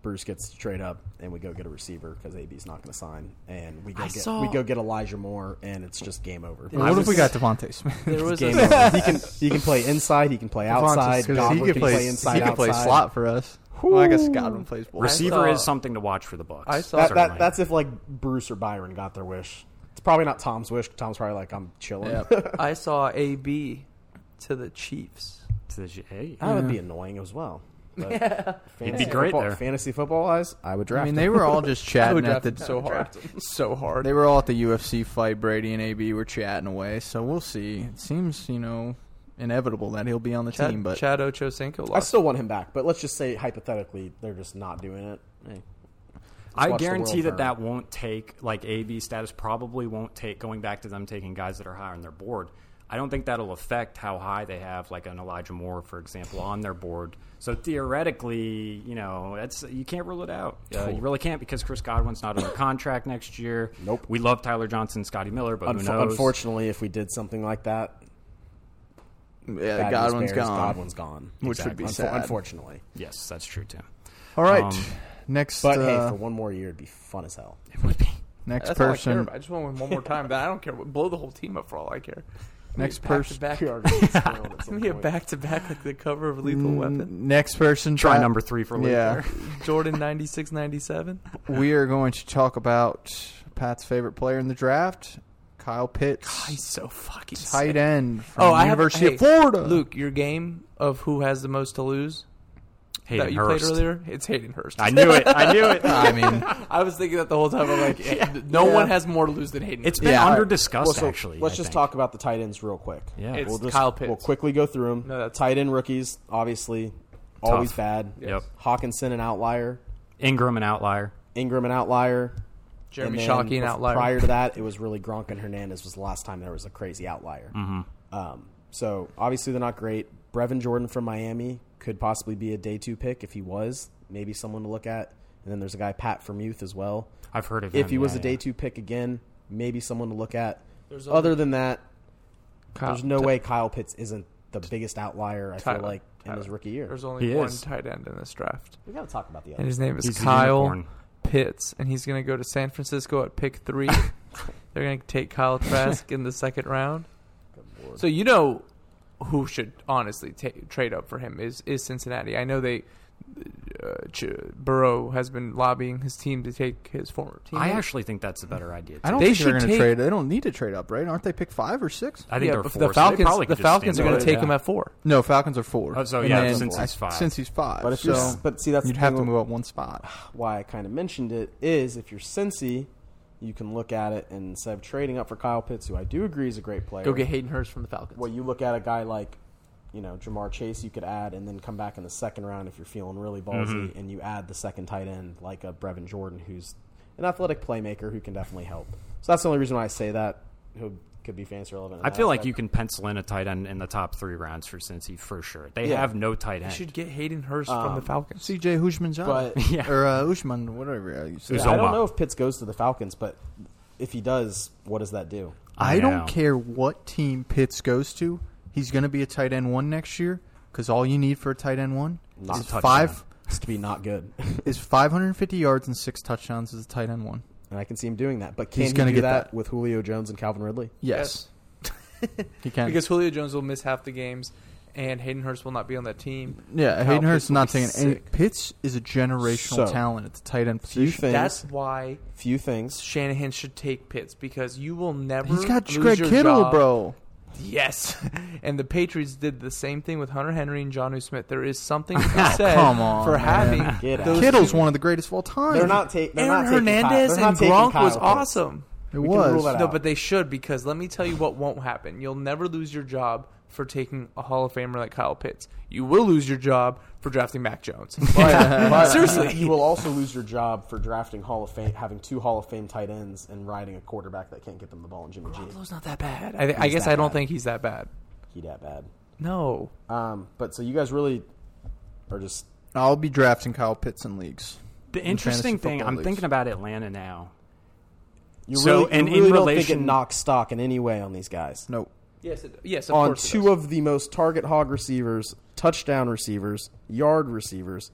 Speaker 5: Bruce gets to trade up, and we go get a receiver because AB's not gonna sign, and we go
Speaker 2: I
Speaker 5: get
Speaker 2: saw-
Speaker 5: we go get Elijah Moore, and it's just game over.
Speaker 3: what
Speaker 4: was-
Speaker 3: if we got Devontae Smith?
Speaker 2: There was
Speaker 5: Game
Speaker 2: a,
Speaker 5: over. He can he can play inside. He can play outside. Godwin can play, inside.
Speaker 3: He could play
Speaker 5: outside.
Speaker 3: slot for us. Well, I guess Godwin plays both.
Speaker 4: Receiver
Speaker 2: I
Speaker 4: is
Speaker 2: saw-
Speaker 4: something to watch for the Bucks.
Speaker 2: I saw-
Speaker 5: That,
Speaker 4: certainly.
Speaker 5: that, that's if like Bruce or Byron got their wish. It's probably not Tom's wish. Tom's probably like I'm chilling.
Speaker 3: Yep.
Speaker 2: I saw AB to the Chiefs.
Speaker 4: To the- hey.
Speaker 5: That would be annoying as well. But
Speaker 4: It'd
Speaker 5: fantasy
Speaker 4: be great
Speaker 5: football,
Speaker 4: there.
Speaker 5: Fantasy football wise, I would draft.
Speaker 3: I mean,
Speaker 5: him.
Speaker 3: they were all just
Speaker 2: I would
Speaker 3: chatting at
Speaker 2: draft him
Speaker 3: the
Speaker 2: so hard, so hard.
Speaker 3: They were all at the UFC fight. Brady and AB were chatting away, so we'll see. It seems, you know, inevitable that he'll be on the
Speaker 2: Chad,
Speaker 3: team, but
Speaker 2: Chad Ochocinco
Speaker 5: I
Speaker 2: lost.
Speaker 5: still want him back, but let's just say hypothetically they're just not doing it. Hey,
Speaker 4: I
Speaker 5: watch the
Speaker 4: guarantee
Speaker 5: world
Speaker 4: that
Speaker 5: turn.
Speaker 4: that won't take like AB status probably won't take going back to them taking guys that are higher on their board. I don't think that'll affect how high they have like an Elijah Moore, for example, on their board. So theoretically, you know, that's you can't rule it out. Uh, you really can't because Chris Godwin's not under contract next year.
Speaker 5: Nope.
Speaker 4: We love Tyler Johnson, Scotty Miller, but
Speaker 5: Unf-
Speaker 4: who knows?
Speaker 5: unfortunately, if we did something like that, bad
Speaker 3: yeah,
Speaker 5: news
Speaker 3: Godwin's
Speaker 5: bears,
Speaker 3: gone.
Speaker 5: Godwin's gone,
Speaker 3: Which would be
Speaker 5: Unfo-
Speaker 3: sad.
Speaker 5: Unfortunately,
Speaker 4: yes, that's true too.
Speaker 3: All right,
Speaker 4: Um,
Speaker 3: next,
Speaker 5: but hey,
Speaker 3: uh,
Speaker 5: for one more year, it'd be fun as hell.
Speaker 4: It would be.
Speaker 3: next
Speaker 2: That's all I care
Speaker 3: person,
Speaker 2: about. I just want to win one more time. That I don't care. Blow the whole team up for all I care.
Speaker 3: next
Speaker 2: person.
Speaker 3: person,
Speaker 2: Back,
Speaker 5: We are gonna get spoiled at
Speaker 2: Give
Speaker 5: some
Speaker 2: me a
Speaker 5: point.
Speaker 2: back to back like the cover of Lethal
Speaker 3: N-
Speaker 2: Weapon.
Speaker 3: next person.
Speaker 4: Try
Speaker 3: Pat.
Speaker 4: number three for Luke.
Speaker 3: Yeah,
Speaker 2: Jordan 96 97.
Speaker 3: we are going to talk about Pat's favorite player in the draft, Kyle Pitts,
Speaker 2: He's so fucking
Speaker 3: tight
Speaker 2: sick.
Speaker 3: end from
Speaker 2: Oh, I have-
Speaker 3: University
Speaker 2: hey,
Speaker 3: of Florida.
Speaker 2: Luke, your game of who has the most to lose
Speaker 4: Hayden
Speaker 2: that you
Speaker 4: Hurst.
Speaker 2: played earlier, it's Hayden Hurst.
Speaker 4: I knew it. I knew it.
Speaker 3: I mean,
Speaker 2: I was thinking that the whole time. I'm like, eh, no
Speaker 5: Yeah.
Speaker 2: one has more to lose than Hayden.
Speaker 4: It's
Speaker 2: Hurst.
Speaker 4: been
Speaker 3: Yeah.
Speaker 4: under
Speaker 5: Well,
Speaker 4: discussed
Speaker 5: so
Speaker 4: actually.
Speaker 5: let's
Speaker 4: I
Speaker 5: just
Speaker 4: think.
Speaker 5: talk about the tight ends real quick.
Speaker 4: Yeah.
Speaker 2: It's
Speaker 5: we'll just
Speaker 2: Kyle Pitts.
Speaker 5: we'll quickly go through them.
Speaker 2: No, that's-
Speaker 5: tight end rookies, obviously, always
Speaker 4: Tough.
Speaker 5: bad.
Speaker 4: Yep.
Speaker 5: Hawkinson an outlier,
Speaker 4: Ingram an outlier.
Speaker 5: Ingram an outlier.
Speaker 2: Jeremy
Speaker 5: and then
Speaker 2: Shockey an
Speaker 5: bef-
Speaker 2: outlier.
Speaker 5: Prior to that, it was really Gronk and Hernandez was the last time there was a crazy outlier.
Speaker 2: Mm-hmm.
Speaker 5: Um, so obviously they're not great. Brevin Jordan from Miami could possibly be a day two pick if he was. Maybe someone to look at. And then there's a guy Pat from Youth as well.
Speaker 4: I've heard of
Speaker 2: Um,
Speaker 4: him.
Speaker 5: If he was
Speaker 4: yeah,
Speaker 5: a day
Speaker 4: yeah.
Speaker 5: two pick again, maybe someone to look at.
Speaker 2: There's
Speaker 5: Other than that,
Speaker 2: Kyle-
Speaker 5: there's no way Kyle Pitts isn't the biggest outlier. I
Speaker 2: Tyler,
Speaker 5: feel like in his
Speaker 2: Tyler.
Speaker 5: rookie year.
Speaker 2: There's only
Speaker 4: He
Speaker 2: one
Speaker 4: is.
Speaker 2: tight end in this draft,
Speaker 5: We gotta talk about the
Speaker 2: and
Speaker 5: other.
Speaker 2: his name is
Speaker 4: He's a
Speaker 2: Kyle
Speaker 4: unicorn.
Speaker 2: Pitts, and he's going to go to San Francisco at pick three. They're going to take Kyle Trask in the second round. So you know who should honestly ta trade up for him is is Cincinnati. I know they uh, Ch- Burrow has been lobbying his team to take his former team.
Speaker 4: I actually think that's a better idea.
Speaker 3: I don't
Speaker 2: They
Speaker 3: think they're
Speaker 2: should
Speaker 3: going to
Speaker 2: take-
Speaker 3: trade. They don't need to trade up, right? Aren't they pick five or six?
Speaker 4: I think
Speaker 2: yeah,
Speaker 4: they're
Speaker 2: but
Speaker 4: forced.
Speaker 2: the
Speaker 4: They
Speaker 2: Falcons
Speaker 4: probably
Speaker 2: the
Speaker 4: could just stand
Speaker 2: Falcons are
Speaker 4: there.
Speaker 2: going to take
Speaker 4: Yeah.
Speaker 2: him at four.
Speaker 3: No, Falcons are four.
Speaker 4: Oh, so
Speaker 3: And
Speaker 4: yeah,
Speaker 3: then-
Speaker 4: since he's five.
Speaker 3: Since he's five,
Speaker 5: But if
Speaker 3: so
Speaker 5: you're, s- but see, that's
Speaker 3: you'd
Speaker 5: the
Speaker 3: have
Speaker 5: thing
Speaker 3: to
Speaker 5: with-
Speaker 3: move up one spot.
Speaker 5: why I kind of mentioned it is if you're Cincy, you can look at it and instead of trading up for Kyle Pitts, who I do agree is a great player,
Speaker 2: Go get Hayden Hurst from the Falcons.
Speaker 5: Well, you look at a guy like, you know, Jamar Chase, you could add and then come back in the second round if you're feeling really ballsy,
Speaker 4: Mm-hmm.
Speaker 5: and you add the second tight end like a Brevin Jordan, who's an athletic playmaker who can definitely help. So that's the only reason why I say that. He'll could be fantasy relevant. in
Speaker 4: I
Speaker 5: that
Speaker 3: Oh,
Speaker 4: feel like
Speaker 5: aspect.
Speaker 4: you can pencil in a tight end in the top three rounds for Cincy for sure. They
Speaker 5: Yeah.
Speaker 4: have no tight
Speaker 2: You
Speaker 4: end.
Speaker 2: should get Hayden Hurst from
Speaker 4: Um,
Speaker 2: the Falcons.
Speaker 3: CJ Hushmanzada.
Speaker 5: But-
Speaker 4: Yeah.
Speaker 3: Or uh, Ushman, whatever you say.
Speaker 4: Uzoma.
Speaker 5: Yeah, I don't know if Pitts goes to the Falcons, but if he does, what does that do?
Speaker 3: I
Speaker 4: know.
Speaker 3: don't care what team Pitts goes to. He's going to be a tight end one next year because all you need for a tight end one
Speaker 5: Not
Speaker 3: is
Speaker 4: touchdown.
Speaker 3: five
Speaker 5: It's to be not good,
Speaker 3: is 550 yards and six touchdowns as a tight end one.
Speaker 5: and I can see him doing that. But can
Speaker 3: He's
Speaker 5: he
Speaker 3: gonna
Speaker 5: do
Speaker 3: get
Speaker 5: that,
Speaker 3: that.
Speaker 5: with Julio Jones and Calvin Ridley?
Speaker 3: Yes, he can.
Speaker 2: Because Julio Jones will miss half the games, and Hayden Hurst will not be on that team.
Speaker 3: yeah,
Speaker 2: Kyle
Speaker 3: Hayden
Speaker 2: Pitts
Speaker 3: Hurst is
Speaker 2: will
Speaker 3: not
Speaker 2: be
Speaker 3: taking any.
Speaker 2: sick.
Speaker 3: Pitts is a generational
Speaker 5: So,
Speaker 3: talent at the tight end
Speaker 5: Few
Speaker 3: position.
Speaker 5: things.
Speaker 2: That's why
Speaker 5: few things.
Speaker 2: Shanahan should take Pitts because you will never.
Speaker 3: He's got
Speaker 2: lose
Speaker 3: Greg
Speaker 2: your
Speaker 3: Kittle,
Speaker 2: job.
Speaker 3: bro.
Speaker 2: Yes, and the Patriots did the same thing with Hunter Henry and John Smith. There is something to be said
Speaker 3: come on,
Speaker 2: for having
Speaker 3: man.
Speaker 5: Get out.
Speaker 2: those
Speaker 3: Kittle's
Speaker 2: two-
Speaker 3: one of the greatest of all time.
Speaker 5: They're not, ta- they're
Speaker 2: Aaron
Speaker 5: not taking. Kyle-
Speaker 2: Hernandez
Speaker 5: they're not
Speaker 2: and
Speaker 5: taking
Speaker 2: Gronk
Speaker 5: Kyle
Speaker 2: was
Speaker 5: Pitts.
Speaker 2: awesome.
Speaker 3: It
Speaker 5: We can rule
Speaker 3: was.
Speaker 5: that
Speaker 2: No,
Speaker 5: out.
Speaker 2: but they should because let me tell you what won't happen. You'll never lose your job for taking a Hall of Famer like Kyle Pitts. You will lose your job for drafting Mac Jones.
Speaker 5: But- but
Speaker 2: Seriously.
Speaker 5: you, you will also lose your job for drafting Hall of Fame, having two Hall of Fame tight ends, and riding a quarterback that can't get them the ball in Jimmy G.
Speaker 2: Garoppolo's not that bad. I, I guess
Speaker 5: that
Speaker 2: I don't
Speaker 5: bad.
Speaker 2: think he's that bad.
Speaker 5: He that bad.
Speaker 2: No,
Speaker 5: Um, but so you guys really are just
Speaker 3: I'll be drafting Kyle Pitts in leagues.
Speaker 4: The
Speaker 3: in
Speaker 4: interesting
Speaker 3: fantasy
Speaker 4: thing,
Speaker 3: football
Speaker 4: I'm
Speaker 3: leagues.
Speaker 4: thinking about Atlanta now.
Speaker 5: you
Speaker 4: So,
Speaker 5: really,
Speaker 4: and
Speaker 5: you
Speaker 4: in
Speaker 5: really don't think it
Speaker 4: relation-
Speaker 5: knocks stock in any way on these guys.
Speaker 3: Nope.
Speaker 2: yes, it, yes, of
Speaker 5: on
Speaker 2: course it
Speaker 5: two
Speaker 2: does.
Speaker 5: of the most target hog receivers, touchdown receivers, yard receivers.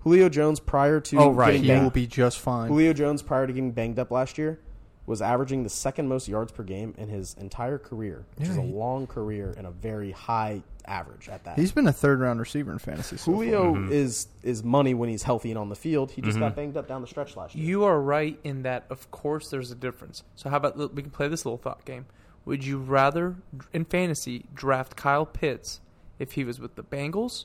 Speaker 5: Julio Jones prior to
Speaker 4: Oh, right,
Speaker 5: getting
Speaker 3: He
Speaker 4: yeah.
Speaker 3: will
Speaker 5: banged,
Speaker 3: be just fine.
Speaker 5: Julio Jones prior to getting banged up last year was averaging the second most yards per game in his entire career, which is a
Speaker 3: he-
Speaker 5: long career and a very high average at that.
Speaker 3: He's been a third round receiver in fantasy. So Mm-hmm. far.
Speaker 5: Julio is is money when he's healthy and on the field. He just got
Speaker 3: Mm-hmm.
Speaker 5: banged up down the stretch last year.
Speaker 2: You are right in that, of course, there's a difference. So, how about we can play this little thought game? Would you rather, in fantasy, draft Kyle Pitts if he was with the Bengals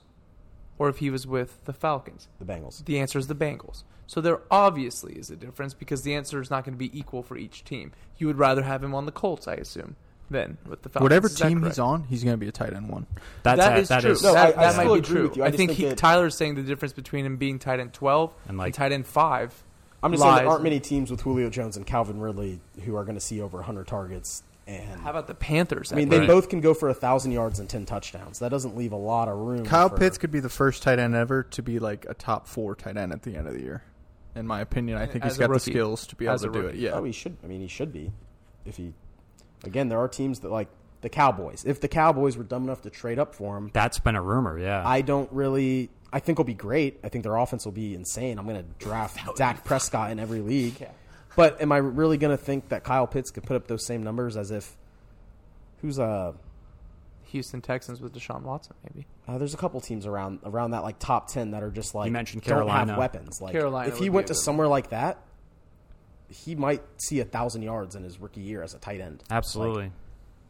Speaker 2: or if he was with the Falcons?
Speaker 5: the Bengals.
Speaker 2: The answer is the Bengals. So, there obviously is a difference because the answer is not going to be equal for each team. You would rather have him on the Colts, I assume, than with the Falcons.
Speaker 3: Whatever
Speaker 2: Is that
Speaker 3: team
Speaker 2: correct?
Speaker 3: he's on, he's going to be a tight end one.
Speaker 4: That's
Speaker 2: that is true.
Speaker 5: No,
Speaker 2: that
Speaker 5: I- I
Speaker 2: that
Speaker 5: still
Speaker 2: might be
Speaker 5: agree
Speaker 2: true.
Speaker 5: with you. I
Speaker 2: I,
Speaker 5: just
Speaker 2: think,
Speaker 5: think
Speaker 2: he,
Speaker 5: that-
Speaker 2: Tyler's saying the difference between him being tight end 12
Speaker 4: And,
Speaker 2: and,
Speaker 4: like-
Speaker 2: tight end 5.
Speaker 5: I'm just saying there
Speaker 2: lies.
Speaker 5: aren't many teams with Julio Jones and Calvin Ridley who are going to see over 100 targets. And
Speaker 2: How about the Panthers?
Speaker 5: I mean,
Speaker 2: that
Speaker 5: they
Speaker 4: Right.
Speaker 5: both can go for a thousand yards and ten touchdowns. That doesn't leave a lot of room.
Speaker 3: Kyle
Speaker 5: for-
Speaker 3: Pitts could be the first tight end ever to be like a top four tight end at the end of the year. In my opinion, I think
Speaker 2: As a
Speaker 3: he's got the
Speaker 2: rookie.
Speaker 3: skills to be able
Speaker 2: As
Speaker 3: to
Speaker 2: a
Speaker 3: do it.
Speaker 2: rookie.
Speaker 3: Yeah,
Speaker 5: Oh, he should. I mean, he should be. If he, again, there are teams that like the Cowboys. If the Cowboys were dumb enough to trade up for him,
Speaker 4: That's been a rumor, yeah.
Speaker 5: I don't really. I think will be great. I think their offense will be insane. I'm going to draft Dak Prescott in every league. But am I really going to think that Kyle Pitts could put up those same numbers as if who's uh,
Speaker 2: Houston Texans with Deshaun Watson, maybe.
Speaker 5: uh there's a couple teams around around that like top 10 that are just like
Speaker 4: You mentioned
Speaker 5: don't
Speaker 4: Carolina.
Speaker 5: have weapons. Like
Speaker 2: Carolina
Speaker 5: if he
Speaker 2: would be
Speaker 5: went
Speaker 2: a
Speaker 5: to
Speaker 2: good one.
Speaker 5: somewhere like that, he might see a 1000 yards in his rookie year as a tight end.
Speaker 4: Absolutely.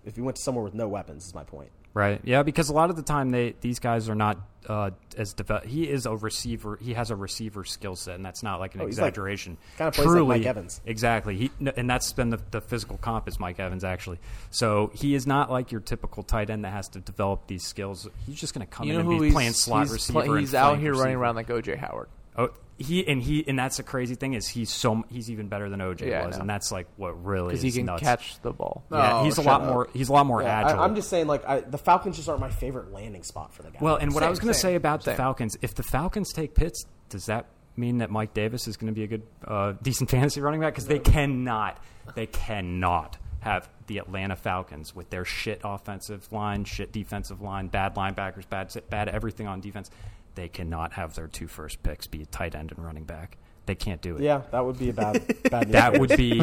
Speaker 5: If he went to somewhere with no weapons is my point.
Speaker 4: Right. Yeah, because a lot of the time they these guys are not uh, as developed. He is a receiver. He has a receiver skill set, and that's not like an
Speaker 5: Oh, he's like-
Speaker 4: exaggeration.
Speaker 5: kinda plays like Mike Evans.
Speaker 4: Exactly. He no, and that's been the, the physical comp is Mike Evans actually. So he is not like your typical tight end that has to develop these skills. He's just going to come
Speaker 2: you
Speaker 4: in
Speaker 2: know
Speaker 4: and
Speaker 2: who
Speaker 4: be
Speaker 2: he's,
Speaker 4: playing slot
Speaker 2: he's
Speaker 4: receiver.
Speaker 2: play-
Speaker 4: and
Speaker 2: he's out
Speaker 4: flank
Speaker 2: here running
Speaker 4: receiver.
Speaker 2: around like OJ Howard.
Speaker 4: Oh, he and he and that's a crazy thing is he's so he's even better than OJ
Speaker 2: Yeah, I
Speaker 4: was,
Speaker 2: know.
Speaker 4: and that's like what really is
Speaker 2: because he can
Speaker 4: nuts.
Speaker 2: catch the ball.
Speaker 4: Yeah,
Speaker 3: Oh,
Speaker 4: he's a
Speaker 3: shut
Speaker 4: lot
Speaker 3: up.
Speaker 4: more. He's a lot more
Speaker 5: Yeah,
Speaker 4: agile.
Speaker 5: I, am just saying like I, the Falcons just aren't my favorite landing spot for the guy.
Speaker 4: Well, and what I
Speaker 2: Same,
Speaker 4: was going to
Speaker 2: same,
Speaker 4: say about
Speaker 2: same.
Speaker 4: the Falcons, if the Falcons take Pitts, does that mean that Mike Davis is going to be a good, uh, decent fantasy running back? Because they cannot, they cannot have the Atlanta Falcons with their shit offensive line, shit defensive line, bad linebackers, bad bad everything on defense. They cannot have their two first picks be a tight end and running back. They can't do it.
Speaker 5: yeah, that would be a bad bad news.
Speaker 4: That would be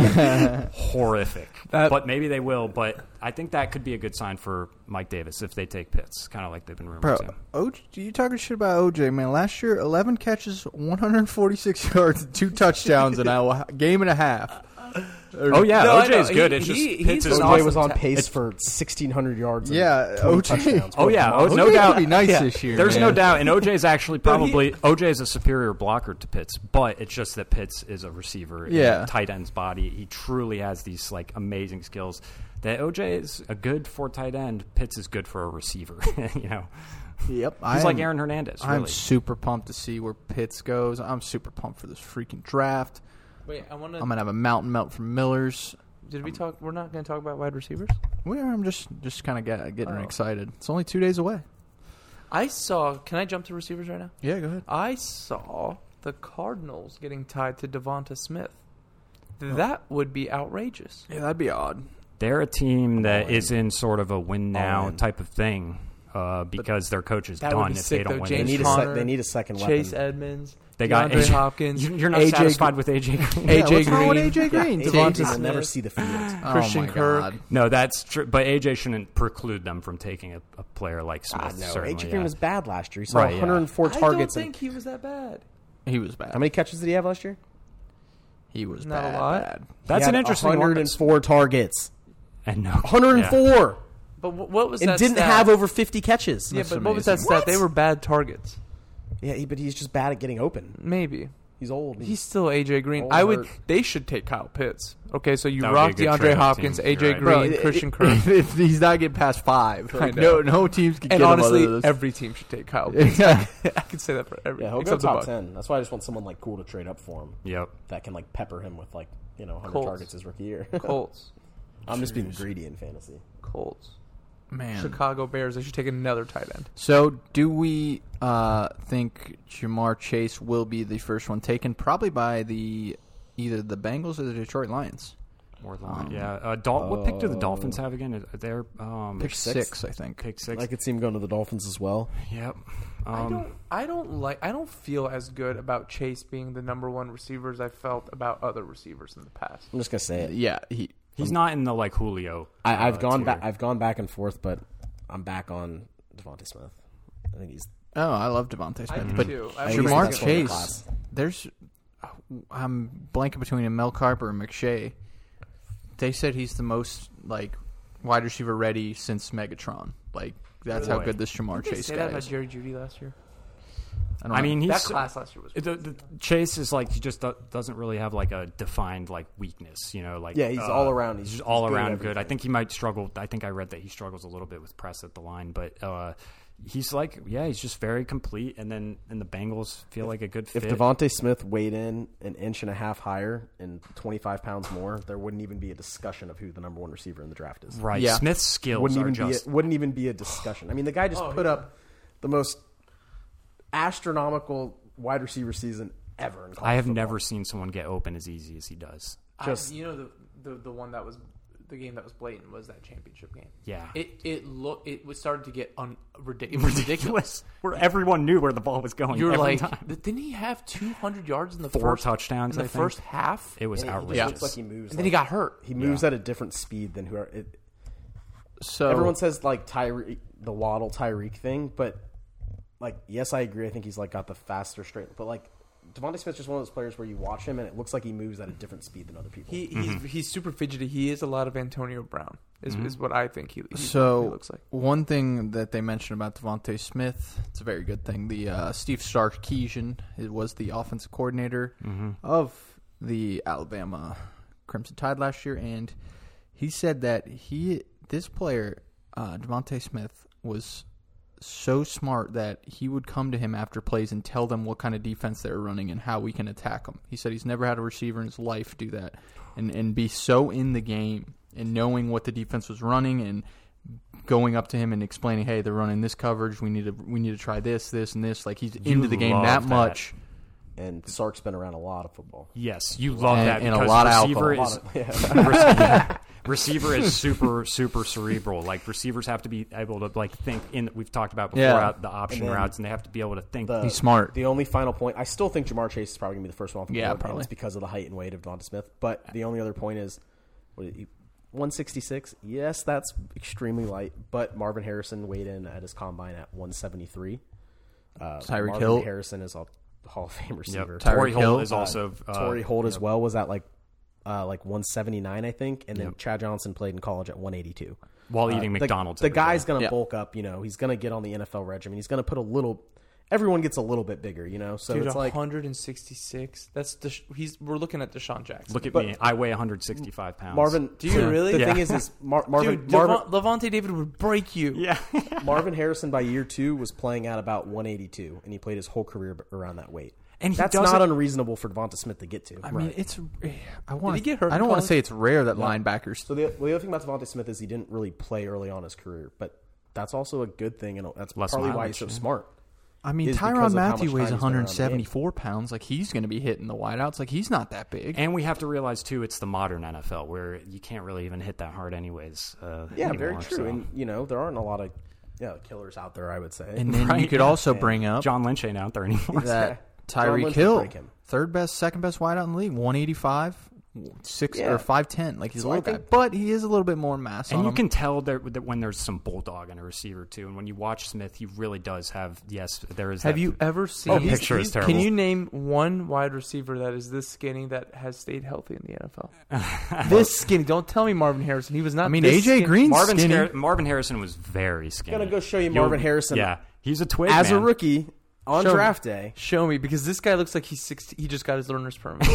Speaker 4: horrific. but maybe they will. But I think that could be a good sign for Mike Davis if they take Pitts, kind of like they've been rumored
Speaker 3: bro.
Speaker 4: to.
Speaker 3: OJ, you talking shit about OJ? Man, last year, eleven catches, one hundred forty-six yards, two touchdowns in a game and a half.
Speaker 4: Oh yeah,
Speaker 2: No, I
Speaker 4: OJ is
Speaker 2: know.
Speaker 4: good.
Speaker 2: He-
Speaker 4: it's
Speaker 2: he-
Speaker 4: just Pitts
Speaker 2: he's
Speaker 4: is
Speaker 2: an
Speaker 5: OJ
Speaker 2: awesome
Speaker 5: was on
Speaker 2: ta-
Speaker 5: pace for 1600 yards.
Speaker 3: Yeah,
Speaker 5: and 20
Speaker 3: OJ.
Speaker 5: touchdowns.
Speaker 4: Oh yeah,
Speaker 5: Come on.
Speaker 4: oh, no
Speaker 3: OJ
Speaker 4: doubt.
Speaker 3: could be nice
Speaker 4: Yeah.
Speaker 3: this year,
Speaker 4: There's no
Speaker 3: man.
Speaker 4: doubt, and OJ is actually
Speaker 2: But he-
Speaker 4: probably OJ is a superior blocker to Pitts, but it's just that Pitts is a receiver. in
Speaker 3: Yeah.
Speaker 4: a tight end's body. He truly has these like amazing skills. That OJ is a good for tight end. Pitts is good for a receiver. you know,
Speaker 3: Yep,
Speaker 4: he's like Aaron Hernandez. Really.
Speaker 3: I'm super pumped to see where Pitts goes. I'm super pumped for this freaking draft.
Speaker 2: Wait, I want to.
Speaker 3: I'm gonna have a mountain melt from Miller's.
Speaker 2: Did we talk? We're not going to talk about wide receivers.
Speaker 3: Well, I'm just just kind of get, getting
Speaker 2: Oh.
Speaker 3: excited. It's only two days away.
Speaker 2: I saw. Can I jump to receivers right now?
Speaker 3: Yeah, go ahead.
Speaker 2: I saw the Cardinals getting tied to Devonta Smith. That would be outrageous.
Speaker 3: Yeah, that'd be odd.
Speaker 4: They're a team that is in sort of a win now
Speaker 5: in.
Speaker 4: type of thing uh, because their coach is
Speaker 2: That would
Speaker 4: done
Speaker 2: be
Speaker 4: if
Speaker 2: sick,
Speaker 4: they don't
Speaker 2: though,
Speaker 4: win.
Speaker 5: They
Speaker 2: James
Speaker 4: this
Speaker 5: need, a
Speaker 4: year.
Speaker 2: Conner,
Speaker 5: sec- they need a second
Speaker 2: Chase
Speaker 5: weapon.
Speaker 2: Edmonds.
Speaker 4: They got
Speaker 2: DeAndre
Speaker 4: AJ
Speaker 2: Hopkins.
Speaker 4: You- You're not
Speaker 2: AJ
Speaker 4: satisfied with AJ
Speaker 2: AJ
Speaker 4: Green.
Speaker 3: yeah, what's wrong with
Speaker 2: Green.
Speaker 3: AJ Green?
Speaker 2: Yeah,
Speaker 5: Devontae
Speaker 2: Devonta
Speaker 5: will never
Speaker 2: Smith. Uh,
Speaker 5: see the field.
Speaker 3: Oh
Speaker 2: Christian
Speaker 3: my
Speaker 2: Kirk.
Speaker 3: God.
Speaker 4: No, that's true. But AJ shouldn't preclude them from taking a, a player like Smith.
Speaker 5: God, Ah, no.
Speaker 4: certainly,
Speaker 5: AJ Green
Speaker 4: yeah.
Speaker 5: was bad last year. He saw
Speaker 4: Right, yeah.
Speaker 5: 104
Speaker 2: I
Speaker 5: targets.
Speaker 2: don't
Speaker 5: and-
Speaker 2: think he was that bad.
Speaker 3: He was bad.
Speaker 5: how many catches did he have last year?
Speaker 3: he was
Speaker 2: Not a
Speaker 3: bad,
Speaker 2: lot.
Speaker 3: bad.
Speaker 4: That's
Speaker 5: He
Speaker 4: an
Speaker 5: had
Speaker 4: interesting one.
Speaker 5: 104 targets.
Speaker 4: And no,
Speaker 5: 104.
Speaker 4: yeah.
Speaker 2: But wh- what was
Speaker 5: And
Speaker 2: that?
Speaker 5: didn't
Speaker 2: stat?
Speaker 5: have over 50 catches.
Speaker 2: Yeah,
Speaker 3: That's
Speaker 2: but what was that
Speaker 3: amazing.
Speaker 2: stat? They
Speaker 5: What?
Speaker 2: were bad targets.
Speaker 5: Yeah, he, but he's just bad at getting open.
Speaker 2: Maybe
Speaker 5: He's old.
Speaker 2: he's still AJ Green.
Speaker 5: All
Speaker 2: I would.
Speaker 5: hurt.
Speaker 2: They should take Kyle Pitts. Okay, so you
Speaker 4: That would
Speaker 2: rock
Speaker 4: be a good
Speaker 2: DeAndre
Speaker 4: trade-off
Speaker 2: Hopkins,
Speaker 4: team.
Speaker 2: AJ
Speaker 4: You're right.
Speaker 2: Green,
Speaker 5: Bro, it-
Speaker 2: Christian
Speaker 5: it-
Speaker 2: Kirk,
Speaker 3: If he's not getting past five.
Speaker 2: I know.
Speaker 3: No, no teams can
Speaker 2: and
Speaker 3: get
Speaker 2: honestly,
Speaker 3: him out of
Speaker 2: every team should take Kyle. Pitts.
Speaker 3: this. Yeah.
Speaker 2: I can say that for every
Speaker 5: yeah, he'll go
Speaker 2: except the
Speaker 5: top
Speaker 2: Bucs.
Speaker 5: 10. That's why I just want someone like cool to trade up for him
Speaker 4: Yep.
Speaker 5: that can like pepper him with like, you know, 100
Speaker 2: Colts.
Speaker 5: targets his rookie year.
Speaker 2: Colts,
Speaker 5: I'm just being greedy in fantasy.
Speaker 2: Colts,
Speaker 3: Man.
Speaker 2: Chicago Bears. They should take another tight end.
Speaker 3: So, do we uh, think Jamar Chase will be the first one taken, probably by the either the Bengals or the Detroit Lions?
Speaker 4: More than that. yeah. Uh, Dol- what pick do the Dolphins have again? They're um,
Speaker 3: Pick six,
Speaker 5: sixth?
Speaker 3: I think.
Speaker 4: pick six.
Speaker 5: I could see him going to the Dolphins as well.
Speaker 4: yep.
Speaker 2: I
Speaker 4: Um,
Speaker 2: don't. I don't like. I don't feel as good about Chase being the number one receiver as I felt about other receivers in the past.
Speaker 5: I'm just gonna say it.
Speaker 3: yeah, he.
Speaker 4: he's not in the like Julio.
Speaker 5: I, I've
Speaker 4: uh,
Speaker 5: gone
Speaker 4: tier.
Speaker 5: back. I've gone back and forth, but I'm back on Devontae Smith. I think he's
Speaker 3: Oh, I love Devontae
Speaker 2: I
Speaker 3: Smith,
Speaker 2: do
Speaker 3: but
Speaker 2: too. I
Speaker 5: think
Speaker 3: Jamar
Speaker 5: that's one of the
Speaker 3: Chase.
Speaker 5: class.
Speaker 3: There's, I'm blanking between him, Mel Kiper and McShay. They said he's the most like wide receiver ready since Megatron. Like that's how
Speaker 4: Boy.
Speaker 3: good this Jamar
Speaker 2: Did they
Speaker 3: Chase
Speaker 2: say that
Speaker 3: guy
Speaker 2: about
Speaker 3: is.
Speaker 2: Jerry Judy last year?
Speaker 3: don't
Speaker 4: I
Speaker 3: know.
Speaker 4: mean, he's
Speaker 2: that class last year was.
Speaker 4: The, the Chase is like he just do- doesn't really have like a defined like weakness, you know. Like uh,
Speaker 5: Yeah, he's all around.
Speaker 4: He's,
Speaker 5: He's-
Speaker 4: just all
Speaker 5: he's good at
Speaker 4: around good. I
Speaker 5: everything.
Speaker 4: think he might struggle. I think I read that he struggles a little bit with press at the line, but uh, he's like yeah, he's just very complete. And then and the Bengals feel like a good
Speaker 5: if
Speaker 4: fit.
Speaker 5: Devontae Smith weighed in an inch and a half higher and 25 pounds more, there wouldn't even be a discussion of who the number one receiver in the draft is.
Speaker 4: right,
Speaker 3: Yeah.
Speaker 4: Smith's skills
Speaker 5: Wouldn't
Speaker 4: are
Speaker 5: even
Speaker 4: just
Speaker 5: be a, wouldn't even be a discussion. I mean, the guy
Speaker 2: Oh,
Speaker 5: just put up the most astronomical wide receiver season ever. In college
Speaker 4: I have
Speaker 5: football.
Speaker 4: never seen someone get open as easy as he does.
Speaker 5: Just-
Speaker 2: I, you know the, the the one that was the game that was blatant was that championship game.
Speaker 4: Yeah.
Speaker 2: It it looked it was started to get un, ridic- it was ridiculous.
Speaker 4: Where everyone knew where the ball was going.
Speaker 2: You're
Speaker 4: every
Speaker 2: like,
Speaker 4: time.
Speaker 2: "Th- didn't he have 200 yards in the
Speaker 4: Four
Speaker 2: first
Speaker 4: touchdowns,
Speaker 2: in the
Speaker 4: I think.
Speaker 2: first half?
Speaker 4: it was
Speaker 5: And he just
Speaker 4: outrageous.
Speaker 5: looks like he moves.
Speaker 2: and then he
Speaker 5: like-
Speaker 2: got hurt.
Speaker 5: he moves at a different speed than whoever. It,
Speaker 2: Oh.
Speaker 3: so
Speaker 5: Everyone says like Tyreek, the Waddle Tyreek thing, but like, yes, I agree. I think he's like got the faster straight, but like Devontae Smith's just one of those players where you watch him and it looks like he moves at a different speed than other people.
Speaker 2: He
Speaker 4: Mm-hmm.
Speaker 2: he's, he's super fidgety. He is a lot of Antonio Brown. Is,
Speaker 4: Mm-hmm.
Speaker 2: is what I think he, he-
Speaker 3: So
Speaker 2: he looks like.
Speaker 3: one thing that they mentioned about Devonte Smith, it's a very good thing. The uh, Steve Sarkisian it was the offensive coordinator of the Alabama Crimson Tide last year, and he said that he this player uh, Devonte Smith was so smart that he would come to him after plays and tell them what kind of defense they were running and how we can attack them. He said he's never had a receiver in his life do that and, and be so in the game and knowing what the defense was running and going up to him and explaining, hey, they're running this coverage. We need to we need to try this, this, and this. Like he's into the game
Speaker 4: love
Speaker 3: that,
Speaker 4: that.
Speaker 3: much.
Speaker 5: And Sark's been around a lot of football.
Speaker 4: Yes, you love
Speaker 3: And-
Speaker 4: that
Speaker 3: and a
Speaker 4: because
Speaker 3: lot of
Speaker 4: receiver
Speaker 3: alcohol.
Speaker 4: is receiver, receiver is super super cerebral. Like receivers have to be able to like think in. We've talked about before
Speaker 3: Yeah.
Speaker 4: out the option
Speaker 5: And then
Speaker 4: routes, and they have to be able to think.
Speaker 5: The-
Speaker 3: He's smart.
Speaker 5: The only final point, I still think Jamar Chase is probably gonna be the first one off the
Speaker 3: Yeah,
Speaker 5: board, and
Speaker 3: probably.
Speaker 5: it's because of the height and weight of Devonta Smith. But the only other point is, what is he- 166. Yes, that's extremely light. But Marvin Harrison weighed in at his combine at 173. Uh,
Speaker 3: Tyreek
Speaker 5: Marvin
Speaker 3: Hill.
Speaker 5: Harrison is a Hall of Fame
Speaker 4: yep.
Speaker 5: receiver.
Speaker 4: Torrey
Speaker 3: Tyreek
Speaker 4: Hill
Speaker 3: Hill.
Speaker 4: is also uh,
Speaker 5: Torrey Holt as well was at like uh, like 179, I think, and then Chad Johnson played in college at 182.
Speaker 4: while
Speaker 5: Uh,
Speaker 4: eating
Speaker 5: the-
Speaker 4: McDonald's.
Speaker 5: The
Speaker 4: every day.
Speaker 5: guy's gonna
Speaker 3: Yeah.
Speaker 5: bulk up. You know, he's gonna get on the NFL regimen. He's gonna put a little. Everyone gets a little bit bigger. You know, so
Speaker 2: Dude,
Speaker 5: it's like
Speaker 2: 166. That's Desha- he's we're looking at Deshaun Jackson.
Speaker 4: look at
Speaker 5: but-
Speaker 4: me. I weigh 165 pounds.
Speaker 5: Marvin.
Speaker 2: Do you
Speaker 5: the-
Speaker 2: really?
Speaker 5: The
Speaker 2: Yeah.
Speaker 5: thing is, is Mar- Marvin
Speaker 2: Dude,
Speaker 5: Marvin,
Speaker 2: Devon- Levante David would break you.
Speaker 4: Yeah.
Speaker 5: Marvin Harrison by year two was playing at about 182, and he played his whole career b- around that weight.
Speaker 4: And he
Speaker 5: That's
Speaker 4: doesn't-
Speaker 5: not unreasonable for Devonta Smith to get to.
Speaker 3: I mean,
Speaker 2: eh,
Speaker 3: it's. I want.
Speaker 2: he get hurt
Speaker 3: I
Speaker 2: in
Speaker 3: don't want
Speaker 2: college?
Speaker 3: to say it's rare that linebackers.
Speaker 5: So the, well, the other thing about Devonta Smith is he didn't really play early on in his career, but that's also a good thing, and that's
Speaker 4: Less
Speaker 5: probably why
Speaker 4: mileage,
Speaker 5: he's so
Speaker 4: yeah.
Speaker 5: smart.
Speaker 3: I mean,
Speaker 5: is because
Speaker 3: Tyron
Speaker 5: of how
Speaker 3: Matthew weighs
Speaker 5: much time he's been around the game.
Speaker 3: 174 pounds. Like he's going to be hitting the wideouts. Like he's not that big.
Speaker 4: And we have to realize too, it's the modern NFL where you can't really even hit that hard, anyways. Uh,
Speaker 5: Yeah,
Speaker 4: anymore,
Speaker 5: very true.
Speaker 4: so.
Speaker 5: And you know, there aren't a lot of yeah killers out there. I would say.
Speaker 3: And then you
Speaker 4: Right,
Speaker 3: could
Speaker 4: yeah.
Speaker 3: also bring up
Speaker 4: John Lynch ain't out there anymore.
Speaker 3: that
Speaker 5: John
Speaker 3: Tyreek
Speaker 5: Lynch would
Speaker 3: Hill,
Speaker 5: break him.
Speaker 3: third best, second best wideout in the league, 185, six
Speaker 5: Yeah.
Speaker 3: or 5'10. Like he's
Speaker 5: So
Speaker 3: a
Speaker 5: I
Speaker 3: little guy,
Speaker 5: think-
Speaker 3: but he is a little bit more mass.
Speaker 4: and
Speaker 3: on
Speaker 4: you
Speaker 3: him.
Speaker 4: can tell there, that when there's some bulldog in a receiver too. And when you watch Smith, he really does have. Yes, there is.
Speaker 2: Have
Speaker 4: that-
Speaker 2: you ever seen?
Speaker 4: he's- picture is he's- terrible.
Speaker 2: Oh, Can you name one wide receiver that is this skinny that has stayed healthy in the NFL? this skinny. Don't tell me Marvin Harrison. He was not.
Speaker 3: I mean,
Speaker 2: this
Speaker 3: AJ
Speaker 2: skinny.
Speaker 3: Green's
Speaker 4: Marvin,
Speaker 3: skinny.
Speaker 4: Scar- Marvin Harrison was very skinny.
Speaker 5: gonna go show you Marvin Harrison
Speaker 4: Yeah, he's a twig
Speaker 5: as a
Speaker 4: man.
Speaker 5: rookie on
Speaker 2: Show me.
Speaker 5: draft day.
Speaker 2: Show me because this guy looks like he's six. He just got his learner's permit.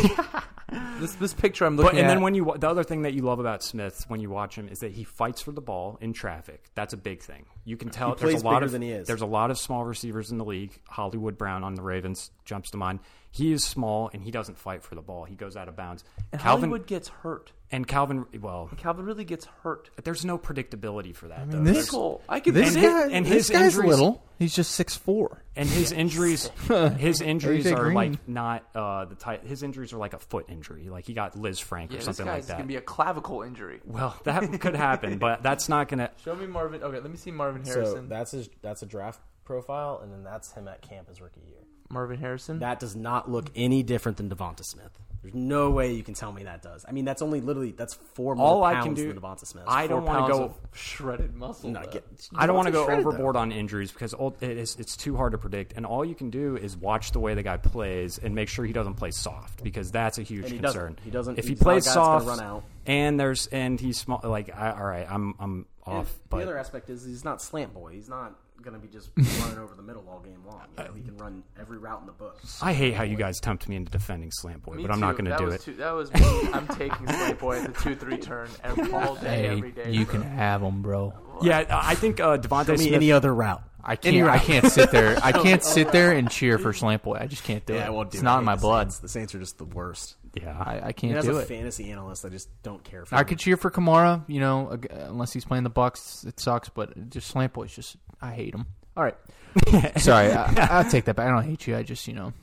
Speaker 2: this this picture I'm looking
Speaker 4: But and
Speaker 2: at.
Speaker 4: then when you wa- the other thing that you love about Smith when you watch him is that he fights for the ball in traffic. That's a big thing. You can tell
Speaker 5: He
Speaker 4: there's
Speaker 5: plays
Speaker 4: a lot
Speaker 5: bigger
Speaker 4: of
Speaker 5: than he is.
Speaker 4: there's a lot of small receivers in the league. Hollywood Brown on the Ravens jumps to mind. He is small and he doesn't fight for the ball. He goes out of bounds.
Speaker 2: and
Speaker 4: Calvin
Speaker 2: Hollywood gets hurt.
Speaker 4: and Calvin well,
Speaker 2: Calvin really gets hurt.
Speaker 4: there's no predictability for that. I
Speaker 3: mean, this-
Speaker 2: Nicole, I can
Speaker 3: this
Speaker 4: and
Speaker 3: guy,
Speaker 4: his- and his
Speaker 3: this guy's
Speaker 4: injuries-
Speaker 3: little. He's just 6'4.
Speaker 4: And his injuries, his injuries
Speaker 3: AJ
Speaker 4: are
Speaker 3: Green.
Speaker 4: like not uh, the type. His injuries are like a foot injury. Like he got Liz Frank
Speaker 2: Yeah,
Speaker 4: or
Speaker 2: this
Speaker 4: something
Speaker 2: guy's
Speaker 4: like that.
Speaker 2: gonna be a clavicle injury.
Speaker 4: well, that could happen, but that's not gonna.
Speaker 2: Show me Marvin. Okay, let me see Marvin Harrison.
Speaker 5: So that's his that's a draft profile, and then that's him at camp his rookie year.
Speaker 2: Marvin Harrison.
Speaker 5: That does not look any different than Devonta Smith. There's no way you can tell me that does. I mean, that's only literally that's four more
Speaker 4: All I
Speaker 5: pounds
Speaker 4: can do-
Speaker 5: than Devonta Smith.
Speaker 4: I
Speaker 2: Four
Speaker 4: don't want to
Speaker 2: pounds
Speaker 4: go.
Speaker 2: of shredded muscle.
Speaker 5: No,
Speaker 2: though.
Speaker 5: get-
Speaker 4: I don't want to
Speaker 5: Devonta's
Speaker 4: go
Speaker 5: shredded, though.
Speaker 4: overboard on injuries because ul- it is, it's too hard to predict. And all you can do is watch the way the guy plays and make sure he doesn't play soft because that's a huge
Speaker 5: And he doesn't.
Speaker 4: concern.
Speaker 5: He doesn't-
Speaker 4: If he
Speaker 5: he's not a
Speaker 4: plays
Speaker 5: guy that's gonna
Speaker 4: soft,
Speaker 5: run out.
Speaker 4: and there's and he's small. Like I, all right, I'm I'm off. but
Speaker 5: the other aspect is he's not slant boy. He's not going to be just running over the middle all game long. You know, he can run every route in the book.
Speaker 4: I hate how you guys tempt me into defending Slant Boy,
Speaker 2: Me
Speaker 4: but I'm not
Speaker 2: too.
Speaker 4: going to
Speaker 2: That
Speaker 4: do
Speaker 2: was
Speaker 4: it.
Speaker 2: Too, that was me. I'm taking Slay Boy at the two three turn every, all day, every day. bro.
Speaker 3: have him, bro.
Speaker 4: Yeah, I I think uh, Devontae Smith.
Speaker 5: other route.
Speaker 3: I can't. I can't sit there. I can't sit there and cheer for Slant Boy. I just can't do it. it's not in my blood.
Speaker 5: The Saints are just the worst.
Speaker 4: yeah,
Speaker 3: I, I
Speaker 5: And
Speaker 3: can't
Speaker 5: as
Speaker 3: do
Speaker 5: a
Speaker 3: it.
Speaker 5: fantasy analyst, I just don't care for
Speaker 3: I
Speaker 5: him.
Speaker 3: could cheer for Kamara, you know, ag- unless he's playing the Bucks. It sucks, but just Slant Boy's just. I hate him. All right. Sorry, I, I'll take that back. I don't hate you. I just, you know,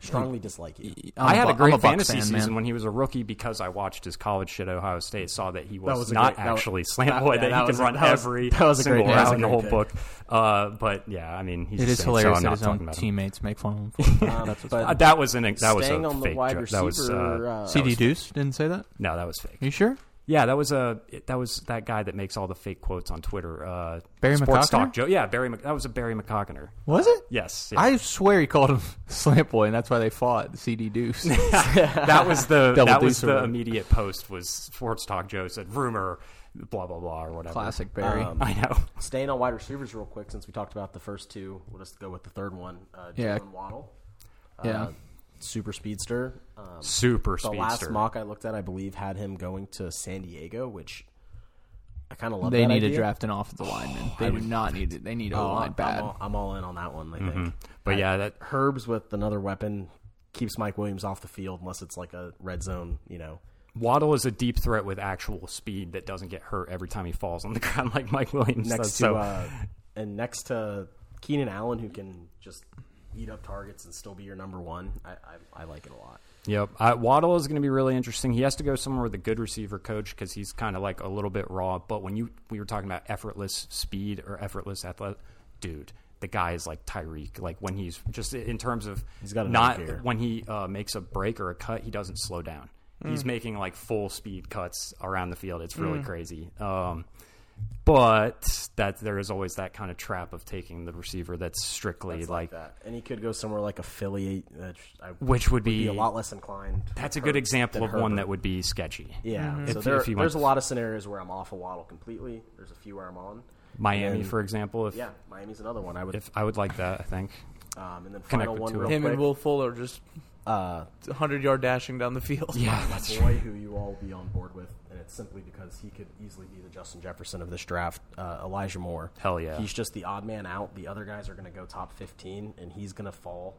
Speaker 5: strongly
Speaker 3: Hmm.
Speaker 5: dislike you.
Speaker 3: I'm
Speaker 4: I had
Speaker 3: Bu-
Speaker 4: a great
Speaker 3: I'm a Bucks
Speaker 4: fantasy
Speaker 3: fan,
Speaker 4: season
Speaker 3: Man.
Speaker 4: when he was a rookie because I watched his college shit at Ohio State, saw that he was,
Speaker 5: That was a
Speaker 4: not
Speaker 5: great- that was-
Speaker 4: actually slant
Speaker 5: that-
Speaker 4: boy
Speaker 5: yeah,
Speaker 4: that,
Speaker 5: that
Speaker 4: he
Speaker 5: was
Speaker 4: could
Speaker 5: a-
Speaker 4: run
Speaker 5: that was-
Speaker 4: every
Speaker 5: that was a great-
Speaker 4: single
Speaker 5: yeah, that
Speaker 4: route
Speaker 5: was a
Speaker 4: in the
Speaker 5: great
Speaker 4: whole
Speaker 5: pick.
Speaker 4: book. Uh, but yeah, I mean, he's
Speaker 3: It
Speaker 4: a
Speaker 3: is
Speaker 4: Saint,
Speaker 3: hilarious
Speaker 4: so I'm
Speaker 3: that
Speaker 4: not
Speaker 3: his
Speaker 4: talking
Speaker 3: own
Speaker 4: about him.
Speaker 3: teammates make fun of him. For it. That's what's
Speaker 5: Um, but-
Speaker 4: Uh, that was an that was
Speaker 5: Staying
Speaker 4: a
Speaker 5: on the
Speaker 4: fake
Speaker 5: wide
Speaker 4: joke. That was
Speaker 5: receiver,
Speaker 4: uh,
Speaker 5: uh,
Speaker 4: that
Speaker 3: CD
Speaker 4: was-
Speaker 3: Deuce didn't say that.
Speaker 4: No, that was
Speaker 3: Are
Speaker 4: fake.
Speaker 3: you sure?
Speaker 4: Yeah, that was a that was that guy that makes all the fake quotes on Twitter. Uh,
Speaker 3: Barry
Speaker 4: Sports
Speaker 3: McCockner?
Speaker 4: Talk Joe. Yeah, Barry. Mc- that was a Barry McCockner.
Speaker 3: Was it?
Speaker 4: Yes, yeah.
Speaker 3: I swear he called him Slant Boy, and that's why they fought CD Deuce.
Speaker 4: that was the
Speaker 3: Double
Speaker 4: that was
Speaker 3: deuce or
Speaker 4: the
Speaker 3: whatever.
Speaker 4: immediate post was Sports Talk Joe said rumor, blah blah blah or whatever.
Speaker 3: Classic Barry.
Speaker 5: Um,
Speaker 4: I know.
Speaker 5: Staying on wide receivers real quick, since we talked about the first two, we'll just go with the third one. Uh,
Speaker 3: Yeah.
Speaker 5: Jalen Waddle,
Speaker 3: yeah.
Speaker 5: uh, super speedster. Um,
Speaker 4: Super
Speaker 5: the last
Speaker 4: speedster.
Speaker 5: mock I looked at, I believe, had him going to San Diego, which I kind of love.
Speaker 3: They
Speaker 5: that
Speaker 3: need
Speaker 5: idea.
Speaker 3: to draft an offensive lineman. They do not need it. They need a
Speaker 5: Oh,
Speaker 3: line
Speaker 5: I'm, I'm,
Speaker 3: bad.
Speaker 5: all, I'm all in on that one. I think
Speaker 4: but yeah, that
Speaker 5: Herb's with another weapon keeps Mike Williams off the field unless it's like a red zone. You know,
Speaker 4: Waddle is a deep threat with actual speed that doesn't get hurt every time he falls on the ground like Mike Williams
Speaker 5: next
Speaker 4: does.
Speaker 5: to
Speaker 4: so
Speaker 5: uh, and next to Keenan Allen, who can just eat up targets and still be your number one. I I, I like it a lot.
Speaker 4: Yep. Uh, Waddle is going to be really interesting. He has to go somewhere with a good receiver coach because he's kind of like a little bit raw. But when you we were talking about effortless speed or effortless athletic, dude, the guy is like Tyreek. Like when he's just in terms of
Speaker 5: He's got another
Speaker 4: not
Speaker 5: gear.
Speaker 4: when he uh, makes a break or a cut, he doesn't slow down.
Speaker 5: Mm.
Speaker 4: He's making like full speed cuts around the field. It's really crazy. Um, but that there is always that kind of trap of taking the receiver that's strictly like,
Speaker 5: that. And he could go somewhere like affiliate, uh, I would
Speaker 4: which would
Speaker 5: be
Speaker 4: be,
Speaker 5: a lot less inclined. to
Speaker 4: That's a
Speaker 5: Hurts
Speaker 4: good example
Speaker 5: than
Speaker 4: of one
Speaker 5: Herbert.
Speaker 4: that would be sketchy.
Speaker 5: Yeah.
Speaker 4: If-
Speaker 5: So
Speaker 4: if
Speaker 5: there,
Speaker 4: you want-
Speaker 5: there's a lot of scenarios where I'm off a waddle completely. There's a few where I'm on.
Speaker 4: Miami,
Speaker 5: And-
Speaker 4: for example. If,
Speaker 5: Yeah, Miami's another one. I would.
Speaker 4: if I would like that, I think.
Speaker 5: um, and then
Speaker 4: connect
Speaker 5: final
Speaker 4: the
Speaker 5: one
Speaker 4: two.
Speaker 5: real
Speaker 4: Him
Speaker 2: Him
Speaker 5: quick.
Speaker 2: and Will Fuller just
Speaker 5: uh,
Speaker 2: hundred yard dashing down the field.
Speaker 4: Yeah,
Speaker 5: a
Speaker 4: that's
Speaker 5: boy who you all will be on board with, and it's simply because he could easily be the Justin Jefferson of this draft. Uh, Elijah Moore.
Speaker 4: Hell yeah.
Speaker 5: He's just the odd man out. The other guys are going to go top 15, and he's going to fall.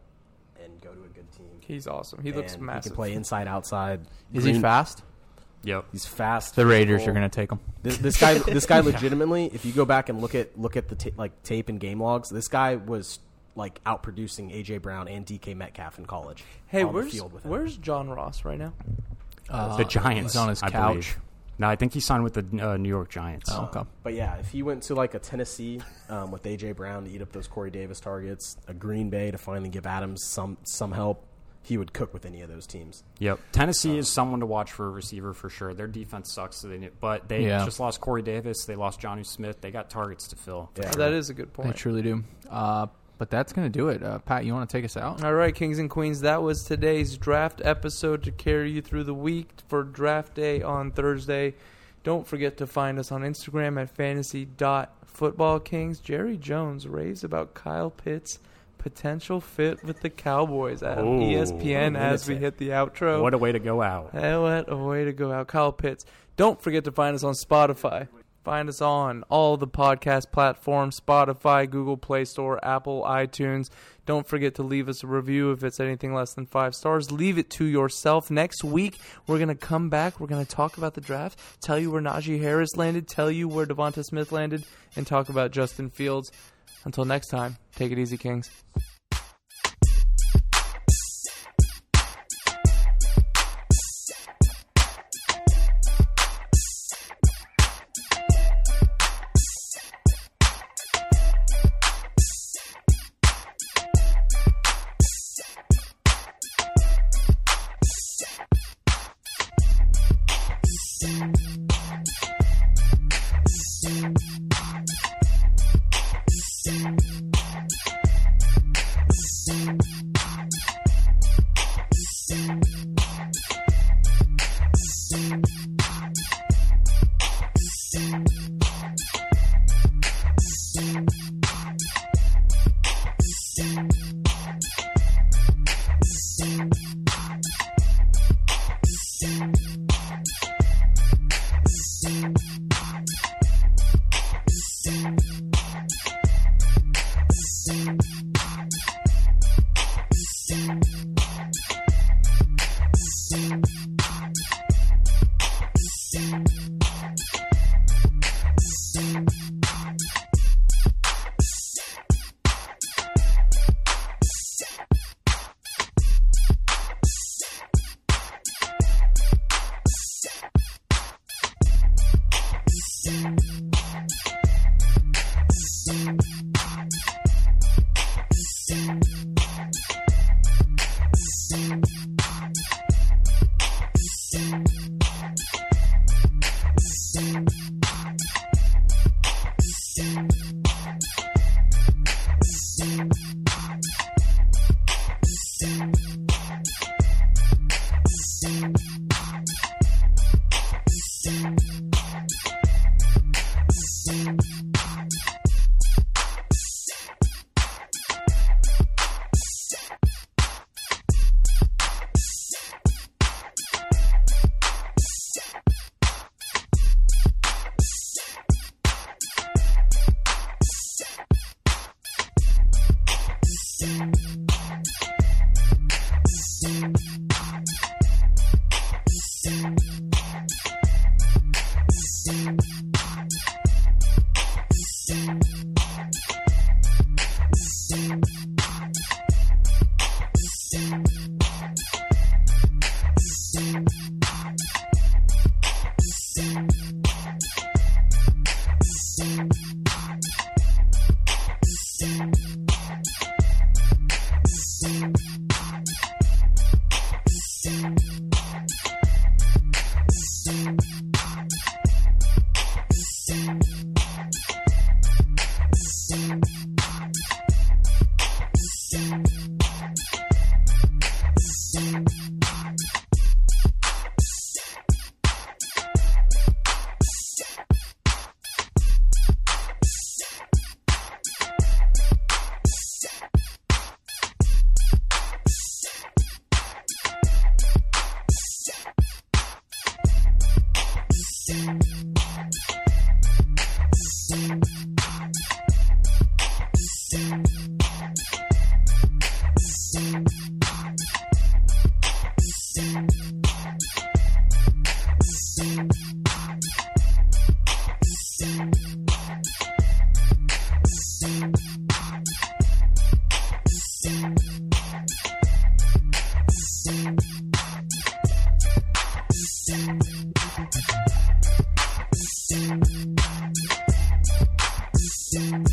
Speaker 5: and go to a good team.
Speaker 2: He's awesome. He looks
Speaker 5: And He
Speaker 2: massive.
Speaker 5: can play inside, outside.
Speaker 6: Is he
Speaker 5: Green-
Speaker 6: fast?
Speaker 4: Yep.
Speaker 5: He's fast.
Speaker 6: The Raiders
Speaker 5: physical.
Speaker 6: are going to take him.
Speaker 5: This, this guy, this guy, legitimately, if you go back and look at look at the ta- like tape and game logs, this guy was like outproducing AJ Brown and DK Metcalf in college.
Speaker 2: hey,
Speaker 5: on the
Speaker 2: where's
Speaker 5: field with him.
Speaker 2: where's John Ross right now?
Speaker 3: uh,
Speaker 4: the Giants.
Speaker 6: Uh, He's on his
Speaker 4: I
Speaker 6: couch.
Speaker 4: believe. No, I think he signed with the uh, New York Giants.
Speaker 6: Oh, okay.
Speaker 5: But yeah, if he went to like a Tennessee um, with AJ Brown to eat up those Corey Davis targets, a Green Bay to finally give Adams some some help, he would cook with any of those teams.
Speaker 4: Yep. Tennessee is someone to watch for a receiver for sure. Their defense sucks, so they need- but they
Speaker 6: Yeah.
Speaker 4: just lost Corey Davis. They lost Johnny Smith. They got targets to fill.
Speaker 5: Yeah.
Speaker 2: Oh, that is a good
Speaker 6: They
Speaker 2: point.
Speaker 6: truly do. Uh, but that's going to do it. Uh, Pat, you want to take us out?
Speaker 2: All right, kings and queens, that was today's draft episode to carry you through the week for draft day on Thursday. Don't forget to find us on Instagram at fantasy.footballkings. Jerry Jones raves about Kyle Pitts' potential fit with the Cowboys E at
Speaker 4: Ooh.
Speaker 2: ESPN as we hit the outro.
Speaker 4: What a way to go out.
Speaker 2: Hey, what a way to go out. Kyle Pitts. Don't forget to find us on Spotify. Find us on all the podcast platforms Spotify, Google Play Store, Apple, iTunes. Don't forget to leave us a review if it's anything less than five stars. Leave it to yourself. Next week, we're going to come back. We're going to talk about the draft, tell you where Najee Harris landed, tell you where Devonta Smith landed, and talk about Justin Fields. Until next time, take it easy, Kings.
Speaker 7: Thank you.